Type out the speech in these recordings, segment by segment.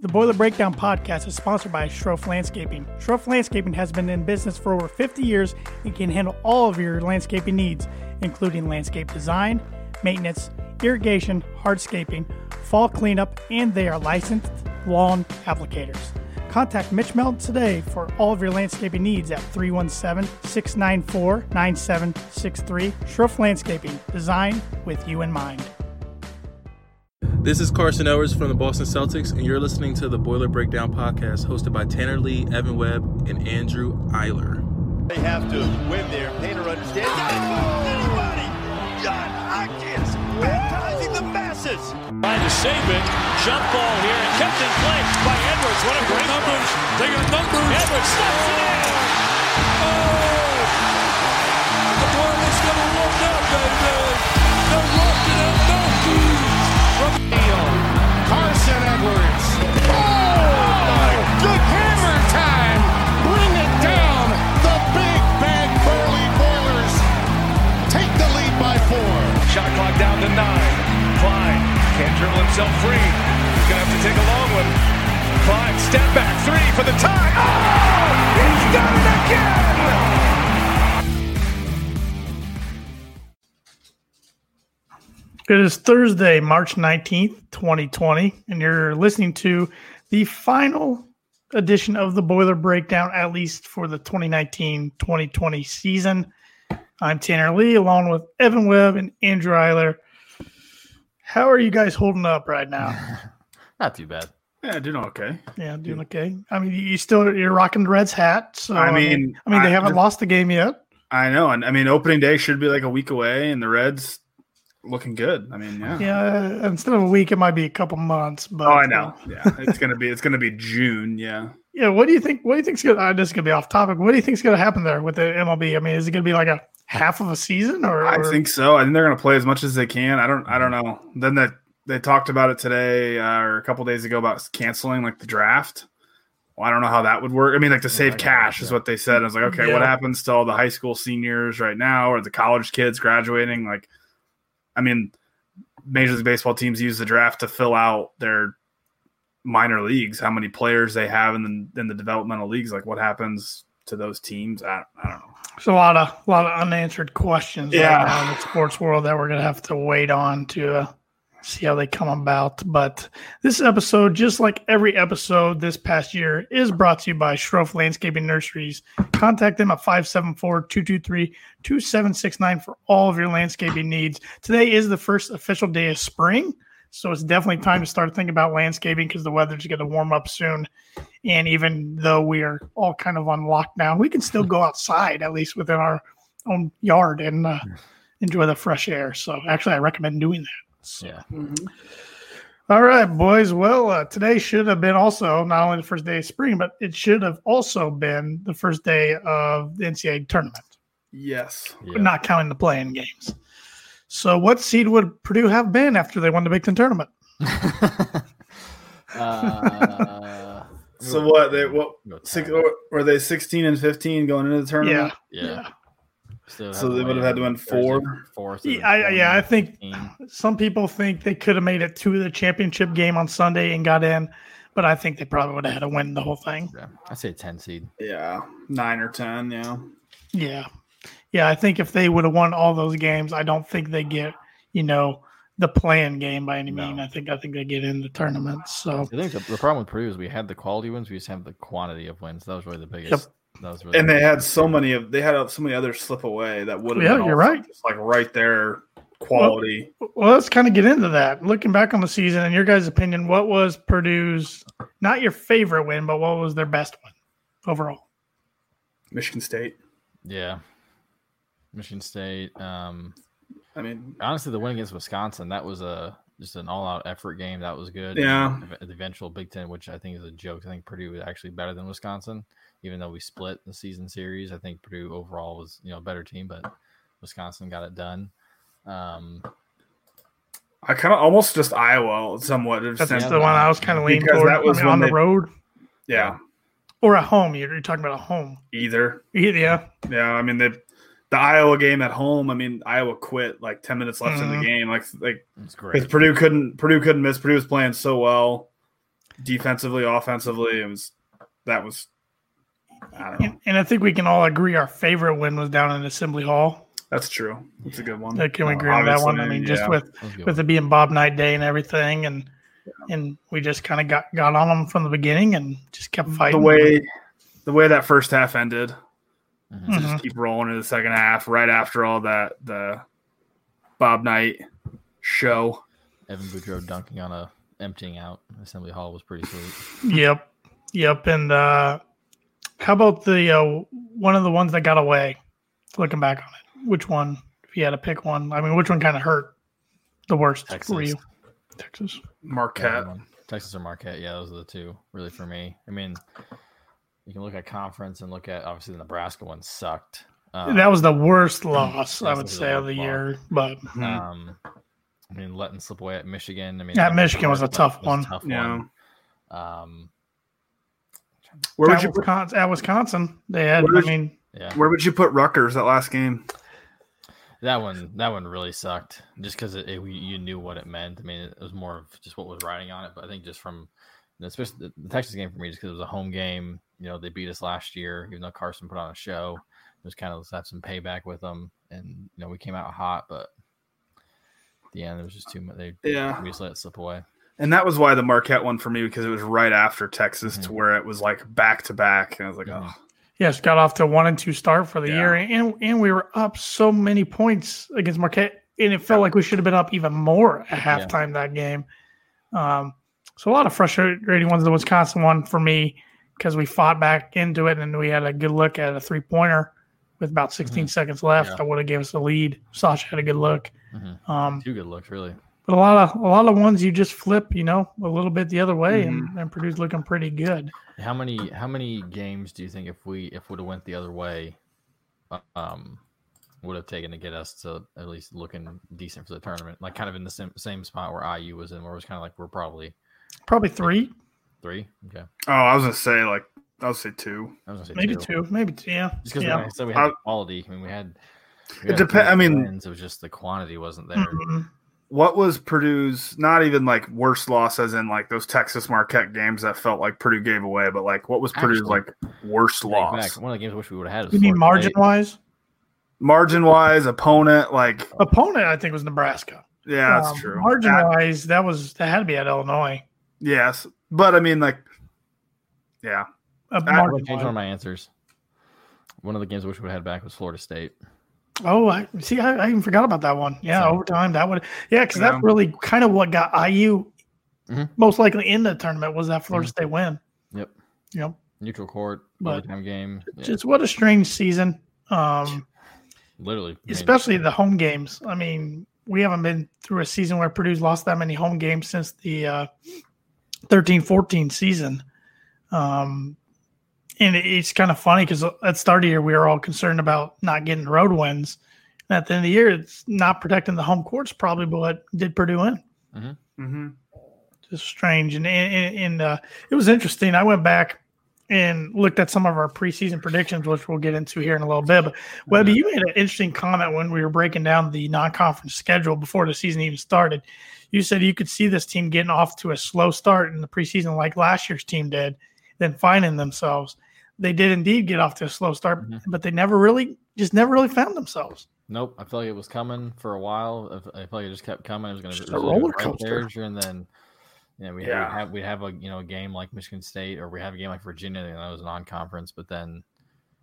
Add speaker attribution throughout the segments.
Speaker 1: The Boiler Breakdown podcast is sponsored by Schroff Landscaping. Schroff Landscaping has been in business for over 50 years and can handle all of your landscaping needs, including landscape design, maintenance, irrigation, hardscaping, fall cleanup, and they are licensed lawn applicators. Contact Mitch Meld today for all of your landscaping needs at 317 694 9763. Schroff Landscaping, design with you in mind.
Speaker 2: This is Carson Owers from the Boston Celtics, and you're listening to the Boiler Breakdown podcast hosted by Tanner Lee, Evan Webb, and Andrew Eiler.
Speaker 3: They have to win there. Painter understands. Not anybody. John Atkins baptizing the masses.
Speaker 4: Trying to save it. Jump ball here and kept in play by Edwards. What a great numbers. They got numbers. Edwards slaps it in. Oh! The world is going to look up, baby. They're looking at Matthews. From the Carson Edwards. Oh! My good hammer time. Bring it down. The Big Bang Burley Boilers take the lead by four. Shot clock down to nine. Klein can't dribble himself free. He's gonna have to take a long one. Klein step back three for the tie. Oh, he's done it again.
Speaker 1: It is Thursday, March 19th, 2020, and you're listening to the final edition of the Boiler Breakdown, at least for the 2019 2020 season. I'm Tanner Lee, along with Evan Webb and Andrew Eiler. How are you guys holding up right now?
Speaker 5: Not too bad.
Speaker 6: Yeah, doing okay.
Speaker 1: Yeah, doing okay. I mean, you still you're rocking the Reds hat, so
Speaker 6: I
Speaker 1: I mean, I mean,
Speaker 6: mean,
Speaker 1: they
Speaker 6: I-
Speaker 1: haven't lost the game yet.
Speaker 6: I know, and I mean, opening day should be like a week away, and the Reds looking good. I mean, yeah.
Speaker 1: Yeah, instead of a week, it might be a couple months. But
Speaker 6: Oh, I know. Yeah, it's gonna be it's gonna be June. Yeah,
Speaker 1: Yeah, what do you think? What do you think's gonna? Uh, this is gonna be off topic. What do you think's gonna happen there with the MLB? I mean, is it gonna be like a half of a season, or,
Speaker 6: I
Speaker 1: or-
Speaker 6: think so. I think they're gonna play as much as they can. I don't. I don't know. Then that they talked about it today uh, or a couple days ago about canceling like the draft. Well, I don't know how that would work. I mean, like to save
Speaker 5: I got
Speaker 6: cash
Speaker 5: it,
Speaker 6: is
Speaker 5: yeah.
Speaker 6: what they said. I was like, okay, what
Speaker 1: Yeah.
Speaker 6: happens to all the high school seniors right now or the college kids graduating? Like, I mean, Major League Baseball teams use the draft to fill out their minor leagues, how many players they have in the, in the developmental leagues. Like, what happens to those teams? I, I don't know.
Speaker 1: there's a lot of a lot of unanswered questions.
Speaker 6: Yeah.
Speaker 1: right now in the sports world that we're gonna have to wait on to uh, see how they come about. But this episode, just like every episode this past year, is brought to you by Schroff Landscaping Nurseries. Contact them at 574-223-2769 for all of your landscaping needs. Today is the first official day of spring. So it's definitely time to start thinking about landscaping because the weather's going to warm up soon. And even though we are all kind of on lockdown, we can still go outside, at least within our own yard, and uh, enjoy the fresh air. So actually, I recommend doing that. So. Mm-hmm.
Speaker 5: Yeah.
Speaker 1: All right, boys. Well, uh, today should have been also not only the first day of spring, but it should have also been the first day of the NCAA tournament,
Speaker 6: Yes.
Speaker 5: Yeah.
Speaker 1: but not counting the playing games. So, what seed would Purdue have been after they won the Big Ten tournament?
Speaker 5: uh,
Speaker 6: So what they what
Speaker 5: No time.
Speaker 6: six oh- or, were they sixteen and fifteen going into the tournament?
Speaker 5: yeah.
Speaker 6: Yeah. So they would have had to win four.
Speaker 5: Four.
Speaker 1: Yeah, I, yeah, I think
Speaker 5: Team.
Speaker 1: some people think they could have made it to the championship game on Sunday and got in, but I think they probably would have had to win the whole thing.
Speaker 5: Yeah. I say ten seed.
Speaker 6: Yeah, nine or ten. Yeah,
Speaker 1: Yeah. Yeah, I think if they would have won all those games, I don't think they get, you know, the playing game by any
Speaker 5: No.
Speaker 1: mean. I think I think they get in the tournament.
Speaker 5: I
Speaker 1: So
Speaker 5: think the, the problem with Purdue is we had the quality wins, we just have the quantity of wins. That was really the biggest. That was really
Speaker 6: and they had so many of they had so many others slip away that would have.
Speaker 1: Yeah,
Speaker 6: been
Speaker 1: you're
Speaker 6: also
Speaker 1: right.
Speaker 6: Just like right there, quality.
Speaker 1: well let's kind of get into that. Looking back on the season in your guys' opinion, what was Purdue's not your favorite win, but what was their best one overall?
Speaker 6: Michigan State.
Speaker 5: yeah. Michigan State. Um,
Speaker 6: I mean,
Speaker 5: honestly, the win against Wisconsin that was a just an all-out effort game. That was good.
Speaker 6: Yeah.
Speaker 5: The the eventual Big Ten, which I think is a joke. I think Purdue was actually better than Wisconsin, even though we split the season series. I think Purdue overall was you know a better team, but Wisconsin got it done. Um,
Speaker 6: I kind of almost just Iowa somewhat. Just
Speaker 1: That's
Speaker 6: sent-
Speaker 1: the one I was kind of leaning
Speaker 6: Because
Speaker 1: toward
Speaker 6: that was
Speaker 1: I mean, on
Speaker 6: when
Speaker 1: the
Speaker 6: they-
Speaker 1: road
Speaker 6: yeah,
Speaker 1: or at home. You're, you're talking about at home.
Speaker 6: either.
Speaker 1: Yeah,
Speaker 6: Yeah, I mean the the Iowa game at home. I mean Iowa quit like ten minutes left in
Speaker 1: Mhm.
Speaker 6: the game. Like like because
Speaker 5: it's great.
Speaker 6: Purdue couldn't Purdue couldn't miss. Purdue was playing so well. defensively, offensively. It was that was I don't know.
Speaker 1: And, and I think we can all agree our favorite win was down in Assembly Hall. Uh,
Speaker 6: That's true. That's a good one.
Speaker 1: Can we agree on that one? I mean, just
Speaker 6: Oh, yeah.
Speaker 1: with
Speaker 5: That was a good
Speaker 1: with it being Bob Knight Day and everything, and and we just kind of got got on them from the beginning and just kept
Speaker 6: the
Speaker 1: fighting.
Speaker 6: way the way that first half ended.
Speaker 1: Mm-hmm.
Speaker 5: Mhm.
Speaker 6: to just keep rolling into the second half right after all that the Bob Knight show.
Speaker 5: Evan Boudreau dunking on a emptying out assembly hall was pretty sweet.
Speaker 1: Yep, yep. And uh, how about the uh, one of the ones that got away? Looking back on it, which one? If you had to pick one, I mean, which one kind of hurt the worst for
Speaker 5: Texas.
Speaker 1: you? Texas.
Speaker 6: Marquette.
Speaker 5: Yeah, Texas or Marquette. Yeah, those are the two really for me. I mean, you can look at conference and look at obviously the Nebraska one sucked. Um,
Speaker 1: that was the worst loss I
Speaker 5: that's
Speaker 1: would
Speaker 5: the
Speaker 1: say of the
Speaker 5: worst
Speaker 1: year, but
Speaker 6: Mhm.
Speaker 5: um, I mean, letting slip away at Michigan. I mean,
Speaker 1: Mm. Yeah,
Speaker 5: that
Speaker 1: Michigan was a
Speaker 5: but
Speaker 1: tough
Speaker 5: it was
Speaker 1: one.
Speaker 5: tough
Speaker 6: Yeah.
Speaker 5: one. Um,
Speaker 6: Where would
Speaker 1: at,
Speaker 6: you put,
Speaker 1: Wisconsin, at Wisconsin, they had.
Speaker 6: Where
Speaker 1: I
Speaker 6: would you-
Speaker 1: mean,
Speaker 5: yeah,
Speaker 6: where would you put Rutgers that last game?
Speaker 5: that one, that one really sucked. Just because it, it- you knew what it meant. I mean, it was more of just what was riding on it. But I think just from, especially the, the Texas game for me, just because it was a home game. You know, they beat us last year, even though Carson put on a show. It was kind of let's have some payback with them, and you know we came out hot, but at the end it was just too much. They
Speaker 6: Yeah.
Speaker 5: we just let it slip away.
Speaker 6: And that was why the Marquette one for me because it was right after Texas
Speaker 5: Mhm.
Speaker 6: to where it was like back to back. And I was like,
Speaker 5: Mhm.
Speaker 6: oh,
Speaker 1: Yes, got off to a one and two start for the
Speaker 6: Yeah.
Speaker 1: year, and and we were up so many points against Marquette, and it felt like we should have been up even more at
Speaker 5: Yeah.
Speaker 1: halftime that game. Um, so a lot of frustrating ones. The Wisconsin one for me because we fought back into it, and we had a good look at a three pointer with about 16
Speaker 6: Mm-hmm.
Speaker 1: seconds left.
Speaker 5: Yeah.
Speaker 1: That would have gave us the lead. Sasha had a good look.
Speaker 5: Mhm.
Speaker 6: Mm-hmm.
Speaker 1: Um,
Speaker 5: Two good looks, really.
Speaker 1: but a lot of a lot of ones you just flip, you know, a little bit the other way,
Speaker 6: Mm-hmm.
Speaker 1: and, and Purdue's looking pretty good.
Speaker 5: How many how many games do you think if we if would have went the other way, um, would have taken to get us to at least looking decent for the tournament? Like kind of in the same, same spot where IU was in, where it was kind of like we're probably
Speaker 1: Probably three,
Speaker 5: three. Okay,
Speaker 6: oh, I was gonna say like I was gonna say two.
Speaker 5: I was gonna say
Speaker 1: maybe
Speaker 5: two.
Speaker 1: two, maybe two, yeah.
Speaker 5: Just because
Speaker 1: yeah.
Speaker 5: like I said, we had
Speaker 6: I-
Speaker 5: the quality. I mean, we had.
Speaker 6: It depen- I mean- Mm-hmm.
Speaker 5: wins, it was just the quantity wasn't there.
Speaker 1: Mhm.
Speaker 6: What was Purdue's not even like worst loss as in like those Texas Marquette games that felt like Purdue gave away, but like what was Purdue's
Speaker 5: Actually-
Speaker 6: like worst
Speaker 5: Take
Speaker 6: loss?
Speaker 5: back, one of the games I wish we would have had. was
Speaker 1: You mean
Speaker 5: Florida
Speaker 1: margin
Speaker 5: State.
Speaker 1: wise?
Speaker 6: Margin wise, opponent, like
Speaker 1: Opponent, I think, was Nebraska.
Speaker 6: yeah, that's
Speaker 1: Um,
Speaker 6: true.
Speaker 1: Margin
Speaker 6: At-
Speaker 1: wise, that was that had to be at Illinois.
Speaker 6: Yes, but I mean, like, yeah,
Speaker 1: Uh,
Speaker 6: I-
Speaker 5: I would
Speaker 1: margin
Speaker 5: have changed one
Speaker 1: wise.
Speaker 5: of my answers. One of the games I wish we would have had back was Florida State.
Speaker 1: Oh, I see. I, I even forgot about that one. Yeah,
Speaker 5: So-
Speaker 1: overtime. That would. Yeah, because that's
Speaker 6: Yeah.
Speaker 1: really kind of what got IU
Speaker 5: Mhm.
Speaker 1: most likely in the tournament was that Florida
Speaker 5: Mhm.
Speaker 1: State win.
Speaker 5: Yep.
Speaker 1: Yep.
Speaker 5: Neutral court,
Speaker 1: But-
Speaker 5: overtime game. Yeah.
Speaker 1: Just what a strange season. Um,
Speaker 5: Literally, I mean,
Speaker 1: especially the home games. I mean, we haven't been through a season where Purdue's lost that many home games since the uh, 13-14 season. Um, and it- it's kind of funny because at the start of the year, we were all concerned about not getting road wins. And at the end of the year, it's not protecting the home courts probably what did Purdue in
Speaker 6: mm-hmm.
Speaker 1: just strange. And and, and uh, it was interesting. I went back and looked at some of our preseason predictions, which we'll get into here in a little bit. But Webby, you made an interesting comment when we were breaking down the non-conference schedule before the season even started. You said you could see this team getting off to a slow start in the preseason, like last year's team did, then finding themselves. They did indeed get off to a slow start,
Speaker 5: Mhm.
Speaker 1: but they never really, just never really found themselves.
Speaker 5: Nope, I feel like it was coming for a while. I f- I feel like it just kept coming. It was going
Speaker 1: Just
Speaker 5: to
Speaker 1: a roller coaster.
Speaker 5: and then you know, we
Speaker 6: Yeah.
Speaker 5: have we have a you know a game like Michigan State, or we have a game like Virginia, and that was non-conference. But then,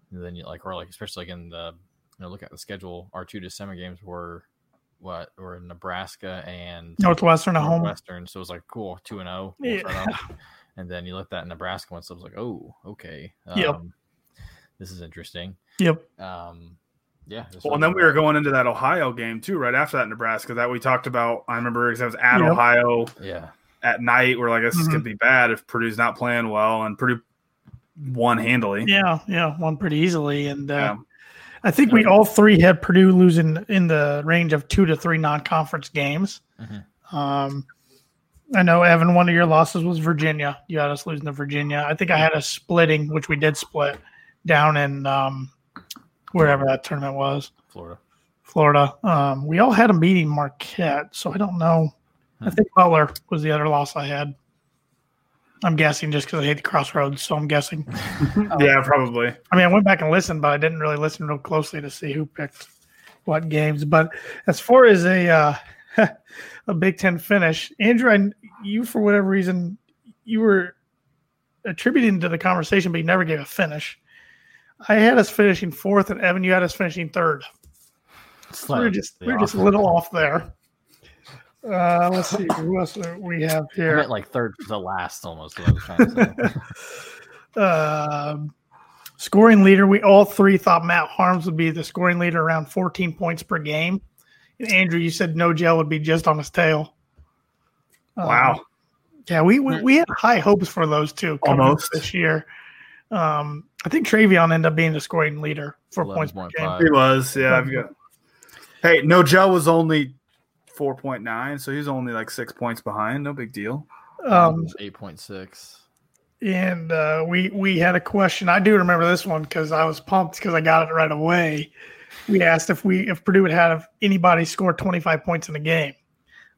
Speaker 5: then you like or like especially like in the you know look at the schedule, our two December games were what were Nebraska and
Speaker 1: Northwestern at home.
Speaker 5: Western, so it was like cool two and zero.
Speaker 1: Yeah.
Speaker 5: And then you let that Nebraska one, so I was like, oh, okay, um,
Speaker 1: Yep.
Speaker 5: this is interesting.
Speaker 1: Yep.
Speaker 5: Um, yeah. it's
Speaker 6: Well, and
Speaker 5: really
Speaker 6: then we were
Speaker 5: cool.
Speaker 6: going into that Ohio game too, right after that Nebraska that we talked about. I remember because I was at
Speaker 1: Yep.
Speaker 6: Ohio
Speaker 5: Yeah.
Speaker 6: at night. We're like, this is
Speaker 1: Mhm.
Speaker 6: gonna be bad if Purdue's not playing well, and Purdue won handily.
Speaker 1: Yeah. Yeah. Won pretty easily. And, uh,
Speaker 6: Yeah.
Speaker 1: I think we all three had Purdue losing in the range of two to three non-conference games. Um, I know Evan, one of your losses was Virginia. You had us losing to Virginia. I think I had us splitting, which we did split down in um, wherever that tournament was,
Speaker 5: Florida.
Speaker 1: Florida. Um, we all had a meeting Marquette, so I don't know. I think Butler was the other loss I had. I'm guessing just because I hate the crossroads, so I'm guessing.
Speaker 6: yeah, probably.
Speaker 1: I mean, I went back and listened, but I didn't really listen real closely to see who picked what games. But as far as a uh, a Big Ten finish, Andrew, I, you for whatever reason you were attributing to the conversation, but you never gave a finish. I had us finishing fourth, and Evan, you had us finishing third. So we're just we're just a little off there. Uh, let's see who else we have
Speaker 5: I
Speaker 1: here.
Speaker 5: meant like third to last almost. What I was trying to say.
Speaker 1: Um scoring leader, we all three thought Matt Harms would be the scoring leader around 14 points per game. And Andrew, you said no gel would be just on his tail. Um,
Speaker 6: Wow.
Speaker 1: yeah, we, we we had high hopes for those two coming
Speaker 6: Almost.
Speaker 1: this year. Um, I think Travion ended up being the scoring leader for points per game.
Speaker 5: 11.5.
Speaker 6: He was. Yeah, I've got. Hey, no, Joe was only four point nine, so he's only like six points behind. No big deal.
Speaker 1: Um,
Speaker 5: eight point six.
Speaker 1: and uh, we we had a question. I do remember this one because I was pumped because I got it right away. We asked if we if Purdue would have anybody score 25 points in a game.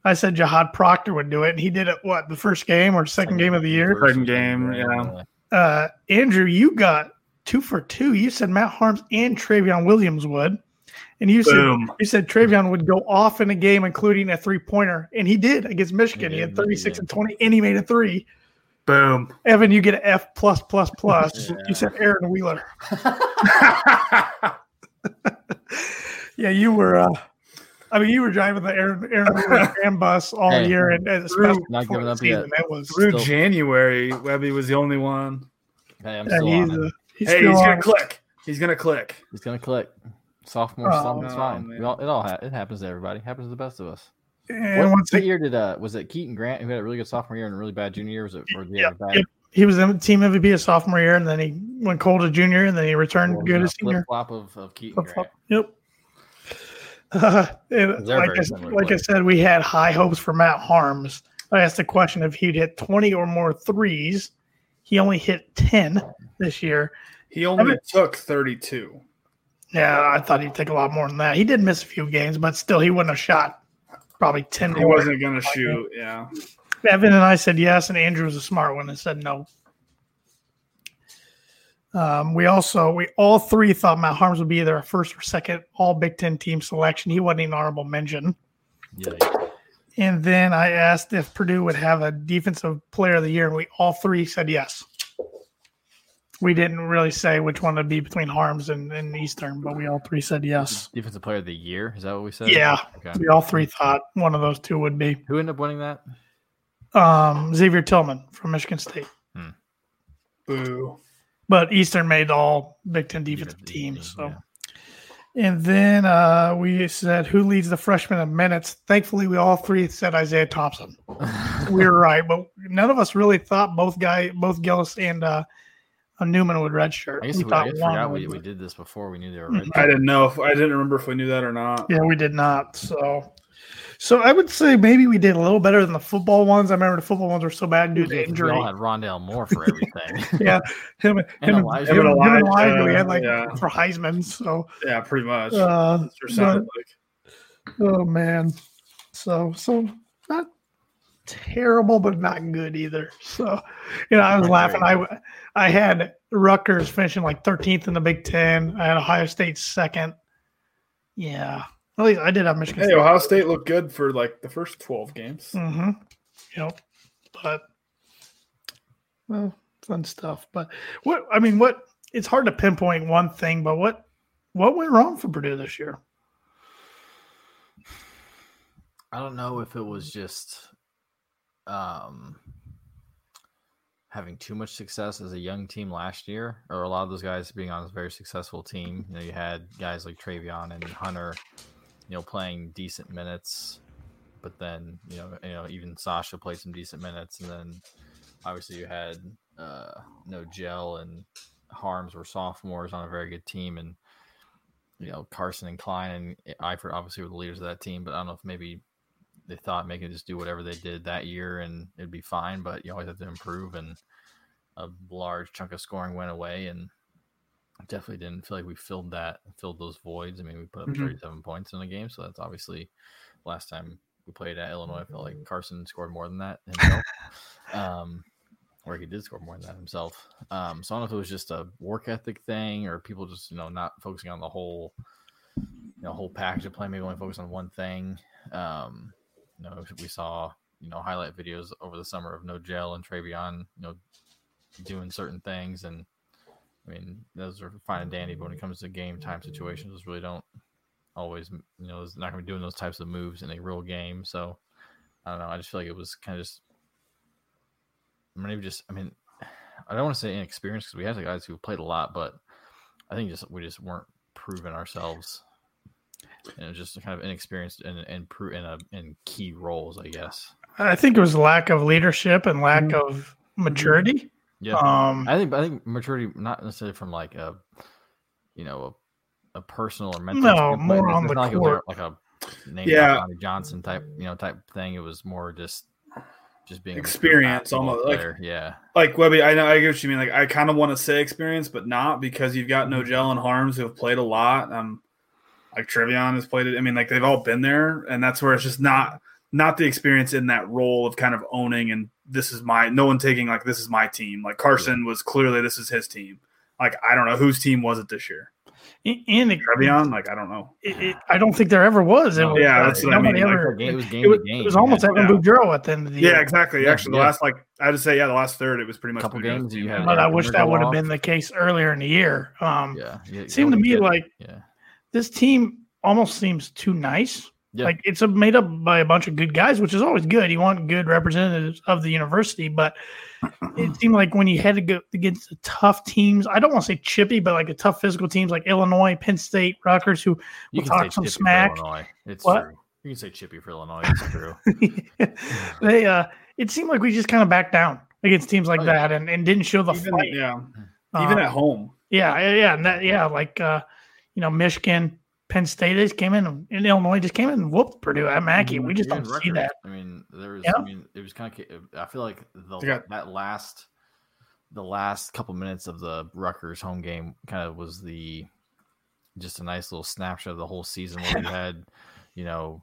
Speaker 1: I said Jihad Proctor would do it, and he did it what the first game or second game of the year.
Speaker 6: Second game, yeah.
Speaker 1: Uh, Andrew, you got two for two. You said Matt Harms and Travion Williams would, and you
Speaker 6: Boom.
Speaker 1: said you said Travion would go off in a game, including a three pointer, and he did against Michigan. He,
Speaker 5: He
Speaker 1: had
Speaker 5: did, he
Speaker 1: 36
Speaker 5: did.
Speaker 1: and 20, and he made a three.
Speaker 6: Boom.
Speaker 1: Evan, you get an F plus plus plus.
Speaker 5: Yeah.
Speaker 1: You said Aaron Wheeler. Yeah, you were. Uh, I mean, you were driving the Aaron, Aaron Wheeler fan bus all
Speaker 5: Hey.
Speaker 1: year, and, and especially
Speaker 5: Not
Speaker 1: before
Speaker 5: giving
Speaker 1: the
Speaker 5: up
Speaker 1: season,
Speaker 5: yet.
Speaker 1: that was.
Speaker 6: Through
Speaker 5: Still-
Speaker 6: January, Webby was the only one.
Speaker 5: Hey, I'm
Speaker 1: And
Speaker 5: still
Speaker 1: he's,
Speaker 5: on
Speaker 1: uh,
Speaker 5: it.
Speaker 1: he's
Speaker 6: hey,
Speaker 1: still
Speaker 6: he's
Speaker 1: on.
Speaker 6: gonna click. He's gonna click.
Speaker 5: He's gonna click. Sophomore
Speaker 1: Oh,
Speaker 5: slump. It's
Speaker 6: no,
Speaker 5: fine.
Speaker 6: man.
Speaker 5: We all, it all ha- it happens to everybody. happens to the best of us.
Speaker 1: And
Speaker 5: What,
Speaker 1: once
Speaker 5: what
Speaker 1: he,
Speaker 5: year did uh was it Keaton Grant who had a really good sophomore year and a really bad junior year? Was it or did he
Speaker 1: Yep,
Speaker 5: have a bad
Speaker 1: yep. he was the team MVP his sophomore year, and then he went cold as junior, and then he returned good as
Speaker 5: flip
Speaker 1: senior.
Speaker 5: flop of, of Keaton
Speaker 1: Flip-flop.
Speaker 5: Grant?
Speaker 1: Yep. Uh, and
Speaker 5: They're
Speaker 1: like
Speaker 5: very
Speaker 1: I,
Speaker 5: similar
Speaker 1: like I
Speaker 5: players.
Speaker 1: said, we had high hopes for Matt Harms. I asked the question if he'd hit 20 or more threes. He only hit 10 this year.
Speaker 6: He only
Speaker 1: Evan-
Speaker 6: took thirty-two.
Speaker 1: Yeah, I thought he'd take a lot more than that. He did miss a few games, but still, he wouldn't have shot probably 10
Speaker 6: He
Speaker 1: more.
Speaker 6: wasn't gonna shoot. Yeah.
Speaker 1: Evan and I said yes, and Andrew was a smart one and said no. Um, we also, we all three thought Matt Harms would be either a first or second All Big Ten team selection. He wasn't an honorable mention.
Speaker 5: Yeah.
Speaker 1: And then I asked if Purdue would have a defensive player of the year, and we all three said yes. We didn't really say which one would be between Harms and, and Eastern, but we all three said yes.
Speaker 5: Defensive player of the year. Is that what we said?
Speaker 1: Yeah.
Speaker 5: Okay.
Speaker 1: We all three thought one of those two would be
Speaker 5: Who ended up winning that?
Speaker 1: um, Xavier Tillman from Michigan State.
Speaker 6: Boo.
Speaker 1: But Eastern made all Big Ten defensive
Speaker 5: Defensive
Speaker 1: teams.
Speaker 5: team,
Speaker 1: So,
Speaker 5: yeah.
Speaker 1: and then uh, we said who leads the freshman in minutes. Thankfully, we all three said Isaiah Thompson. we were right, but none of us really thought both guy, both Gillis and uh, Newman would redshirt.
Speaker 5: I guess
Speaker 1: we
Speaker 5: we, I
Speaker 1: thought
Speaker 5: guess
Speaker 1: one
Speaker 5: forgot we,
Speaker 1: would-
Speaker 5: we did this before. We knew they were
Speaker 1: Mhm.
Speaker 5: right.
Speaker 6: I didn't know if I didn't remember if we knew that or not.
Speaker 1: Yeah, we did not. So, so I would say maybe we did a little better than the football ones. I remember the football ones were so bad due to
Speaker 5: We
Speaker 1: injury.
Speaker 5: all had Rondell Moore for everything.
Speaker 1: Yeah, him, him,
Speaker 5: And
Speaker 1: him,
Speaker 5: Elijah.
Speaker 1: him and
Speaker 6: Him and
Speaker 1: Elijah, we
Speaker 6: Elijah,
Speaker 1: had like
Speaker 6: yeah.
Speaker 1: for Heisman. So,
Speaker 6: Yeah, pretty much.
Speaker 1: uh,
Speaker 6: That's what it sounded like.
Speaker 1: oh man, so so not terrible, but not good either. So, you know, I was laughing. I w- I had Rutgers finishing like 13th in the Big Ten. I had Ohio State second. Yeah, at least I did have Michigan.
Speaker 6: Hey,
Speaker 1: State.
Speaker 6: Ohio State looked good for like the first twelve games.
Speaker 1: Mm-hmm. Yep. But well, fun stuff. But what I mean, what it's hard to pinpoint one thing, but what what went wrong for Purdue this year?
Speaker 5: I don't know if it was just um, having too much success as a young team last year, or a lot of those guys being on a very successful team. You know, you had guys like Travion and Hunter, you know, playing decent minutes, but then you know, you know, even Sasha played some decent minutes, and then obviously you had uh, you know Gel and Harms were sophomores on a very good team, and you know Carson and Klein and Eifert obviously were the leaders of that team, but I don't know if maybe they thought they could just do whatever they did that year and it'd be fine, but you always have to improve and a large chunk of scoring went away and definitely didn't feel like we filled that filled those voids. I mean we put up
Speaker 6: Mhm.
Speaker 5: 37 points in the game, so that's obviously last time we played at Illinois, I felt like Carson scored more than that himself. um, where he did score more than that himself. Um, so I don't know if it was just a work ethic thing or people just you know not focusing on the whole you know whole package of play, maybe only focus on one thing. Um, you know, we saw you know highlight videos over the summer of No Gel and Travion, you know, doing certain things, and I mean those are fine and dandy, but when it comes to game time situations, those really don't always you know is not going to be doing those types of moves in a real game. So I don't know. I just feel like it was kind of just maybe just I mean I don't want to say inexperienced because we had the guys who played a lot, but I think just we just weren't proving ourselves. And it was just kind of inexperienced and and pro- in a in key roles, I guess.
Speaker 1: I think it was lack of leadership and lack of maturity.
Speaker 5: Yeah, um, I think I think maturity, not necessarily from like a you know a, a personal or mental.
Speaker 1: No, more on the
Speaker 5: like
Speaker 1: court,
Speaker 5: a, like a name yeah. Johnny Johnson type you know type thing. It was more just just being
Speaker 6: experience almost
Speaker 5: player. like yeah
Speaker 6: like Webby I know I get what you mean like I kind of want to say experience but not because you've got Nogel and Harms who have played a lot um like Trivion has played it I mean like they've all been there and that's where it's just not not the experience in that role of kind of owning and this is my no one taking like this is my team like Carson was clearly this is his team like I don't know whose team was it this year
Speaker 1: and it,
Speaker 6: Trevion, like I don't know.
Speaker 1: It, it, I don't think there ever was. uh,
Speaker 6: It was yeah, that's
Speaker 1: like, nobody I mean. ever. Like, it was game it was, game. It was almost yeah. Evan Boudreaux at the end of the
Speaker 6: yeah,
Speaker 1: year.
Speaker 6: Yeah, exactly. Yeah, Actually, the last like I would say, yeah, the last third, it was pretty much
Speaker 5: couple games. You had,
Speaker 1: but I wish that would have been the case earlier in the year. Um, yeah, it seemed to me good. like this team almost seems too nice. Like it's a, made up by a bunch of good guys, which is always good. You want good representatives of the university, but it seemed like when you had to go against tough teams, I don't want to say chippy, but like a tough physical teams like Illinois, Penn State, Rutgers, who
Speaker 5: you
Speaker 1: will talk some smack.
Speaker 5: It's what? true. You can say chippy for Illinois. It's true.
Speaker 1: they uh, it seemed like we just kind of backed down against teams like oh, yeah. that and, and didn't show the
Speaker 6: even,
Speaker 1: fight.
Speaker 6: Yeah, uh, even at home.
Speaker 1: Yeah, yeah, and that yeah, like uh, you know, Michigan, Penn State just came in and Illinois just came in and whooped Purdue at Mackey. We just Even don't Rutgers, see that.
Speaker 5: I mean, there was. Yeah. I mean, it was kind of. I feel like the yeah. that last, the last couple minutes of the Rutgers home game kind of was the, just a nice little snapshot of the whole season where you had, you know,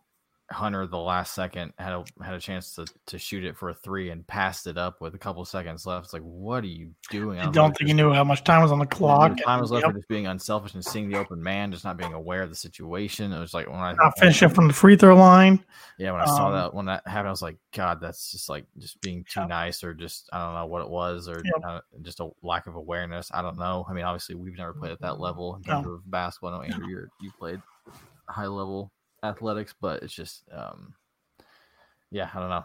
Speaker 5: Hunter the last second had a had a chance to to shoot it for a three and passed it up with a couple seconds left. It's like, what are you doing?
Speaker 1: I don't, I don't think you knew how much time was on the clock.
Speaker 5: And, time was left yep. for just being unselfish and seeing the open man, just not being aware of the situation. It was like when I
Speaker 1: not finishing from the free throw line.
Speaker 5: Yeah, when I um, saw that when that happened, I was like, God, that's just like just being too yeah. nice, or just I don't know what it was, or yep. uh, just a lack of awareness. I don't know. I mean, obviously, we've never played at that level in terms no. of basketball. No, Andrew, you you played high level athletics, but it's just, um, yeah, I don't know.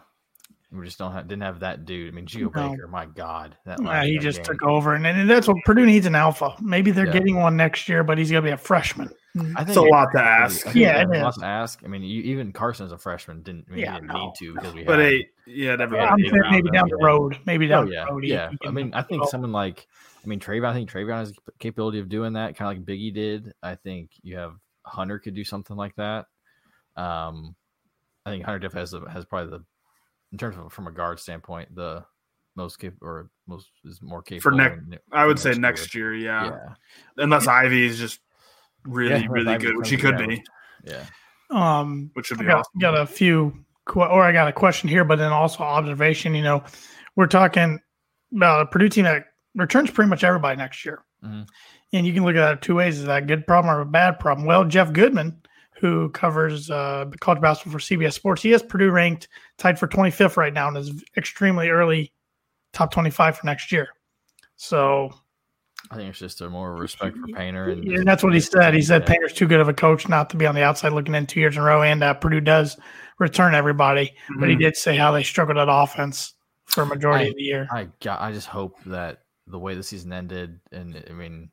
Speaker 5: We just don't have, didn't have that dude. I mean, Geo no. Baker, my God, that
Speaker 1: yeah, he just game. took over, and, and that's what Purdue needs an alpha. Maybe they're yeah. getting one next year, but he's gonna be a freshman.
Speaker 6: I think it's a lot to ask.
Speaker 1: Yeah, it
Speaker 5: is. lot to ask. I mean, you, even Carson as a freshman didn't, I mean, yeah, didn't no. need to because we.
Speaker 6: But
Speaker 5: had,
Speaker 6: hey, yeah, never.
Speaker 1: Yeah, I'm sure maybe down the road, maybe down
Speaker 5: oh, yeah,
Speaker 1: the road.
Speaker 5: Yeah, he, he I mean, I think someone like, I mean, Travion. I think Travion has capability of doing that, kind of like Biggie did. I think you have Hunter could do something like that. Um, I think Hunter Diff has the, has probably the in terms of from a guard standpoint the most capable or most is more capable
Speaker 6: for next. I would next say year. next year, yeah. yeah. Unless yeah. Ivy is just really yeah, really good, which she could be.
Speaker 5: Yeah.
Speaker 1: Um,
Speaker 6: which would
Speaker 1: I
Speaker 6: be
Speaker 1: got,
Speaker 6: awesome.
Speaker 1: got a few, or I got a question here, but then also observation. You know, we're talking about a Purdue team that returns pretty much everybody next year. Mm-hmm. And you can look at that two ways: is that a good problem or a bad problem? Well, Jeff Goodman, who covers uh, college basketball for CBS Sports. He has Purdue ranked tied for 25th right now and is extremely early top 25 for next year. So
Speaker 5: I think it's just a more respect for Painter. And,
Speaker 1: and that's what he said. He said yeah. Painter's too good of a coach not to be on the outside looking in two years in a row. And uh, Purdue does return everybody, mm-hmm. but he did say how they struggled at offense for a majority
Speaker 5: Hmm. I,
Speaker 1: of the year.
Speaker 5: I, got, I just hope that the way the season ended, and I mean,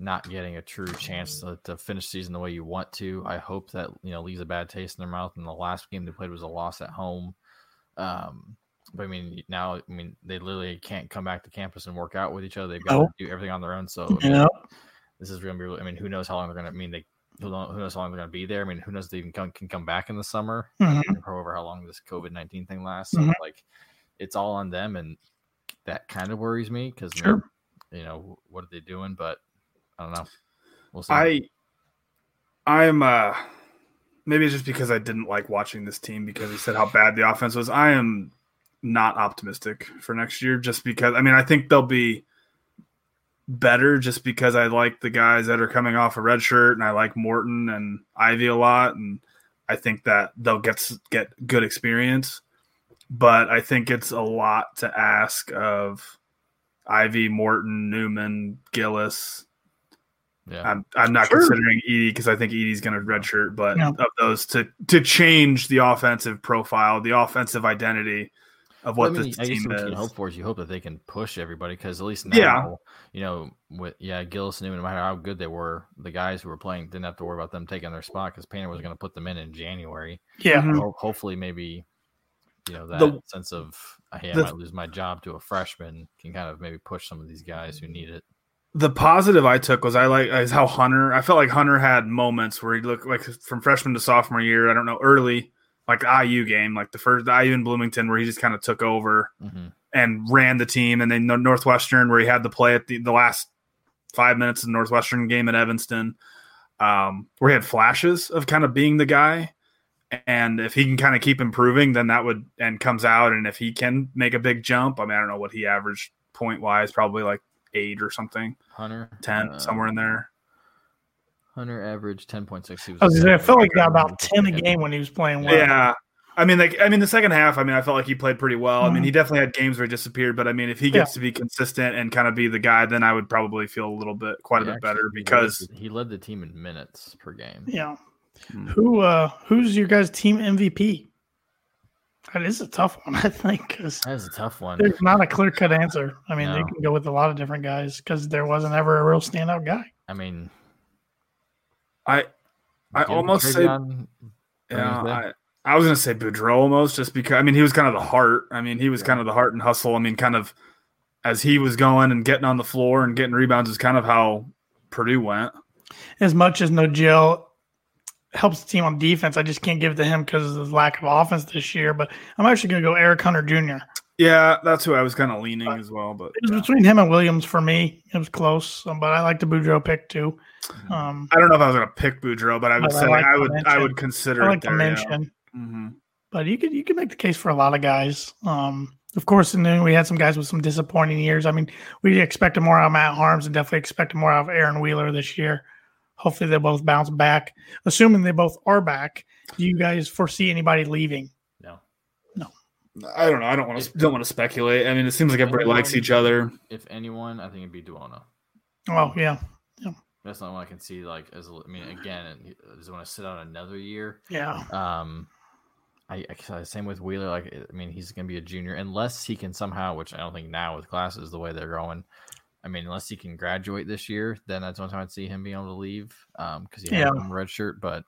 Speaker 5: not getting a true chance to, to, finish season the way you want to. I hope that you know leaves a bad taste in their mouth. And the last game they played was a loss at home. Um, but I mean, now I mean they literally can't come back to campus and work out with each other. They've got nope. to do everything on their own. So I mean,
Speaker 1: nope.
Speaker 5: this is gonna be. I mean, who knows how long they're gonna I mean they. Who knows how long they're going to be there? I mean, who knows if they even come, can come back in the summer,
Speaker 1: mm-hmm.
Speaker 5: however, how long this COVID 19 thing lasts. So, mm-hmm. like, it's all on them. And that kind of worries me because,
Speaker 1: sure.
Speaker 5: you know, what are they doing? But I don't know. We'll
Speaker 6: I I'm uh maybe it's just because I didn't like watching this team because he said how bad the offense was. I am not optimistic for next year just because I mean I think they'll be better just because I like the guys that are coming off a red shirt and I like Morton and Ivy a lot and I think that they'll get get good experience but I think it's a lot to ask of Ivy, Morton, Newman, Gillis. Yeah. I'm, I'm not
Speaker 1: Sure.
Speaker 6: considering Edie because I think Edie's going to redshirt, but
Speaker 1: No.
Speaker 6: of those to to change the offensive profile, the offensive identity of what
Speaker 5: Well, I mean,
Speaker 6: this
Speaker 5: I guess
Speaker 6: team
Speaker 5: what you
Speaker 6: is.
Speaker 5: can hope for is you hope that they can push everybody because at least now,
Speaker 6: Yeah.
Speaker 5: you know, with yeah, Gillis and Newman, no matter how good they were, the guys who were playing didn't have to worry about them taking their spot because Painter was going to put them in in January.
Speaker 1: Yeah.
Speaker 5: Ho- hopefully, maybe you know that
Speaker 6: The-
Speaker 5: sense of hey, I
Speaker 6: the-
Speaker 5: might lose my job to a freshman can kind of maybe push some of these guys who need it.
Speaker 6: the positive I took was I like is how Hunter. I felt like Hunter had moments where he looked like from freshman to sophomore year. I don't know early like the IU game, like the first the IU in Bloomington, where he just kind of took over
Speaker 5: Mhm.
Speaker 6: and ran the team, and then Nor- Northwestern where he had the play at the, the last five minutes of the Northwestern game at Evanston, um, where he had flashes of kind of being the guy. And if he can kind of keep improving, then that would and comes out. And if he can make a big jump, I mean, I don't know what he averaged point wise, probably like eight or something.
Speaker 5: Hunter
Speaker 6: 10
Speaker 5: uh,
Speaker 6: somewhere in there
Speaker 5: Hunter average ten point six. He was
Speaker 1: I was
Speaker 5: a
Speaker 1: gonna say, I
Speaker 5: seven.
Speaker 1: felt like he got about ten a game when he was playing well.
Speaker 6: yeah i mean like i mean the second half i mean i felt like he played pretty well i mean
Speaker 1: Mhm.
Speaker 6: he definitely had games where he disappeared but i mean if he
Speaker 1: Yeah.
Speaker 6: gets to be consistent and kind of be the guy then i would probably feel a little bit quite a
Speaker 5: He
Speaker 6: bit
Speaker 5: actually
Speaker 6: better
Speaker 5: led
Speaker 6: because
Speaker 5: the- he led the team in minutes per game.
Speaker 1: Yeah.
Speaker 6: Hmm.
Speaker 1: Who uh who's your guys' team MVP? That is a tough one, I think, 'cause
Speaker 5: That is a tough one.
Speaker 1: there's not a clear cut answer. I mean, they
Speaker 5: No.
Speaker 1: can go with a lot of different guys because there wasn't ever a real standout guy.
Speaker 5: I mean,
Speaker 6: i i
Speaker 5: give
Speaker 6: almost say
Speaker 5: Travion
Speaker 6: yeah,
Speaker 5: Bernard.
Speaker 6: I, I was gonna say Boudreaux almost just because I mean he was kind of the heart. I mean he was kind of the heart and hustle. I mean kind of as he was going and getting on the floor and getting rebounds is kind of how Purdue went.
Speaker 1: As much as no Jill helps the team on defense, I just can't give it to him because of the lack of offense this year. But I'm actually gonna go Eric Hunter Jr.
Speaker 6: Yeah, that's who I was kind of leaning as well. But
Speaker 1: It was between him and Williams for me. It was close, um, but I like the Boudreaux pick too. Um,
Speaker 6: I don't know if I was going to pick Boudreaux, but I would
Speaker 1: But I
Speaker 6: say
Speaker 1: like
Speaker 6: I
Speaker 1: the
Speaker 6: would I
Speaker 1: mention.
Speaker 6: would consider
Speaker 1: I like
Speaker 6: it
Speaker 1: to
Speaker 6: there. yeah.
Speaker 1: mention.
Speaker 6: Mhm.
Speaker 1: but you could you could make the case for a lot of guys. Um, of course, and then we had some guys with some disappointing years. I mean, we expected more out of Matt Harms and definitely expected more out of Aaron Wheeler this year. Hopefully, they both bounce back. Assuming they both are back, do you guys foresee anybody leaving?
Speaker 5: No.
Speaker 6: I don't know. I don't want
Speaker 5: If-
Speaker 6: to don't want to speculate. I mean, it seems like everybody
Speaker 5: Anyone-
Speaker 6: likes each other.
Speaker 5: If anyone, I think it'd be Duono.
Speaker 1: Oh yeah,
Speaker 5: That's not one I can see. Like, as I mean, again, it- I just want to sit out another year.
Speaker 1: yeah.
Speaker 5: Um, I, I same with Wheeler. Like, I mean, he's going to be a junior unless he can somehow, which I don't think now with classes the way they're going. I mean, unless he can graduate this year, then that's the only time I'd see him being able to leave. Um, because he
Speaker 1: Yeah.
Speaker 5: has one red shirt, but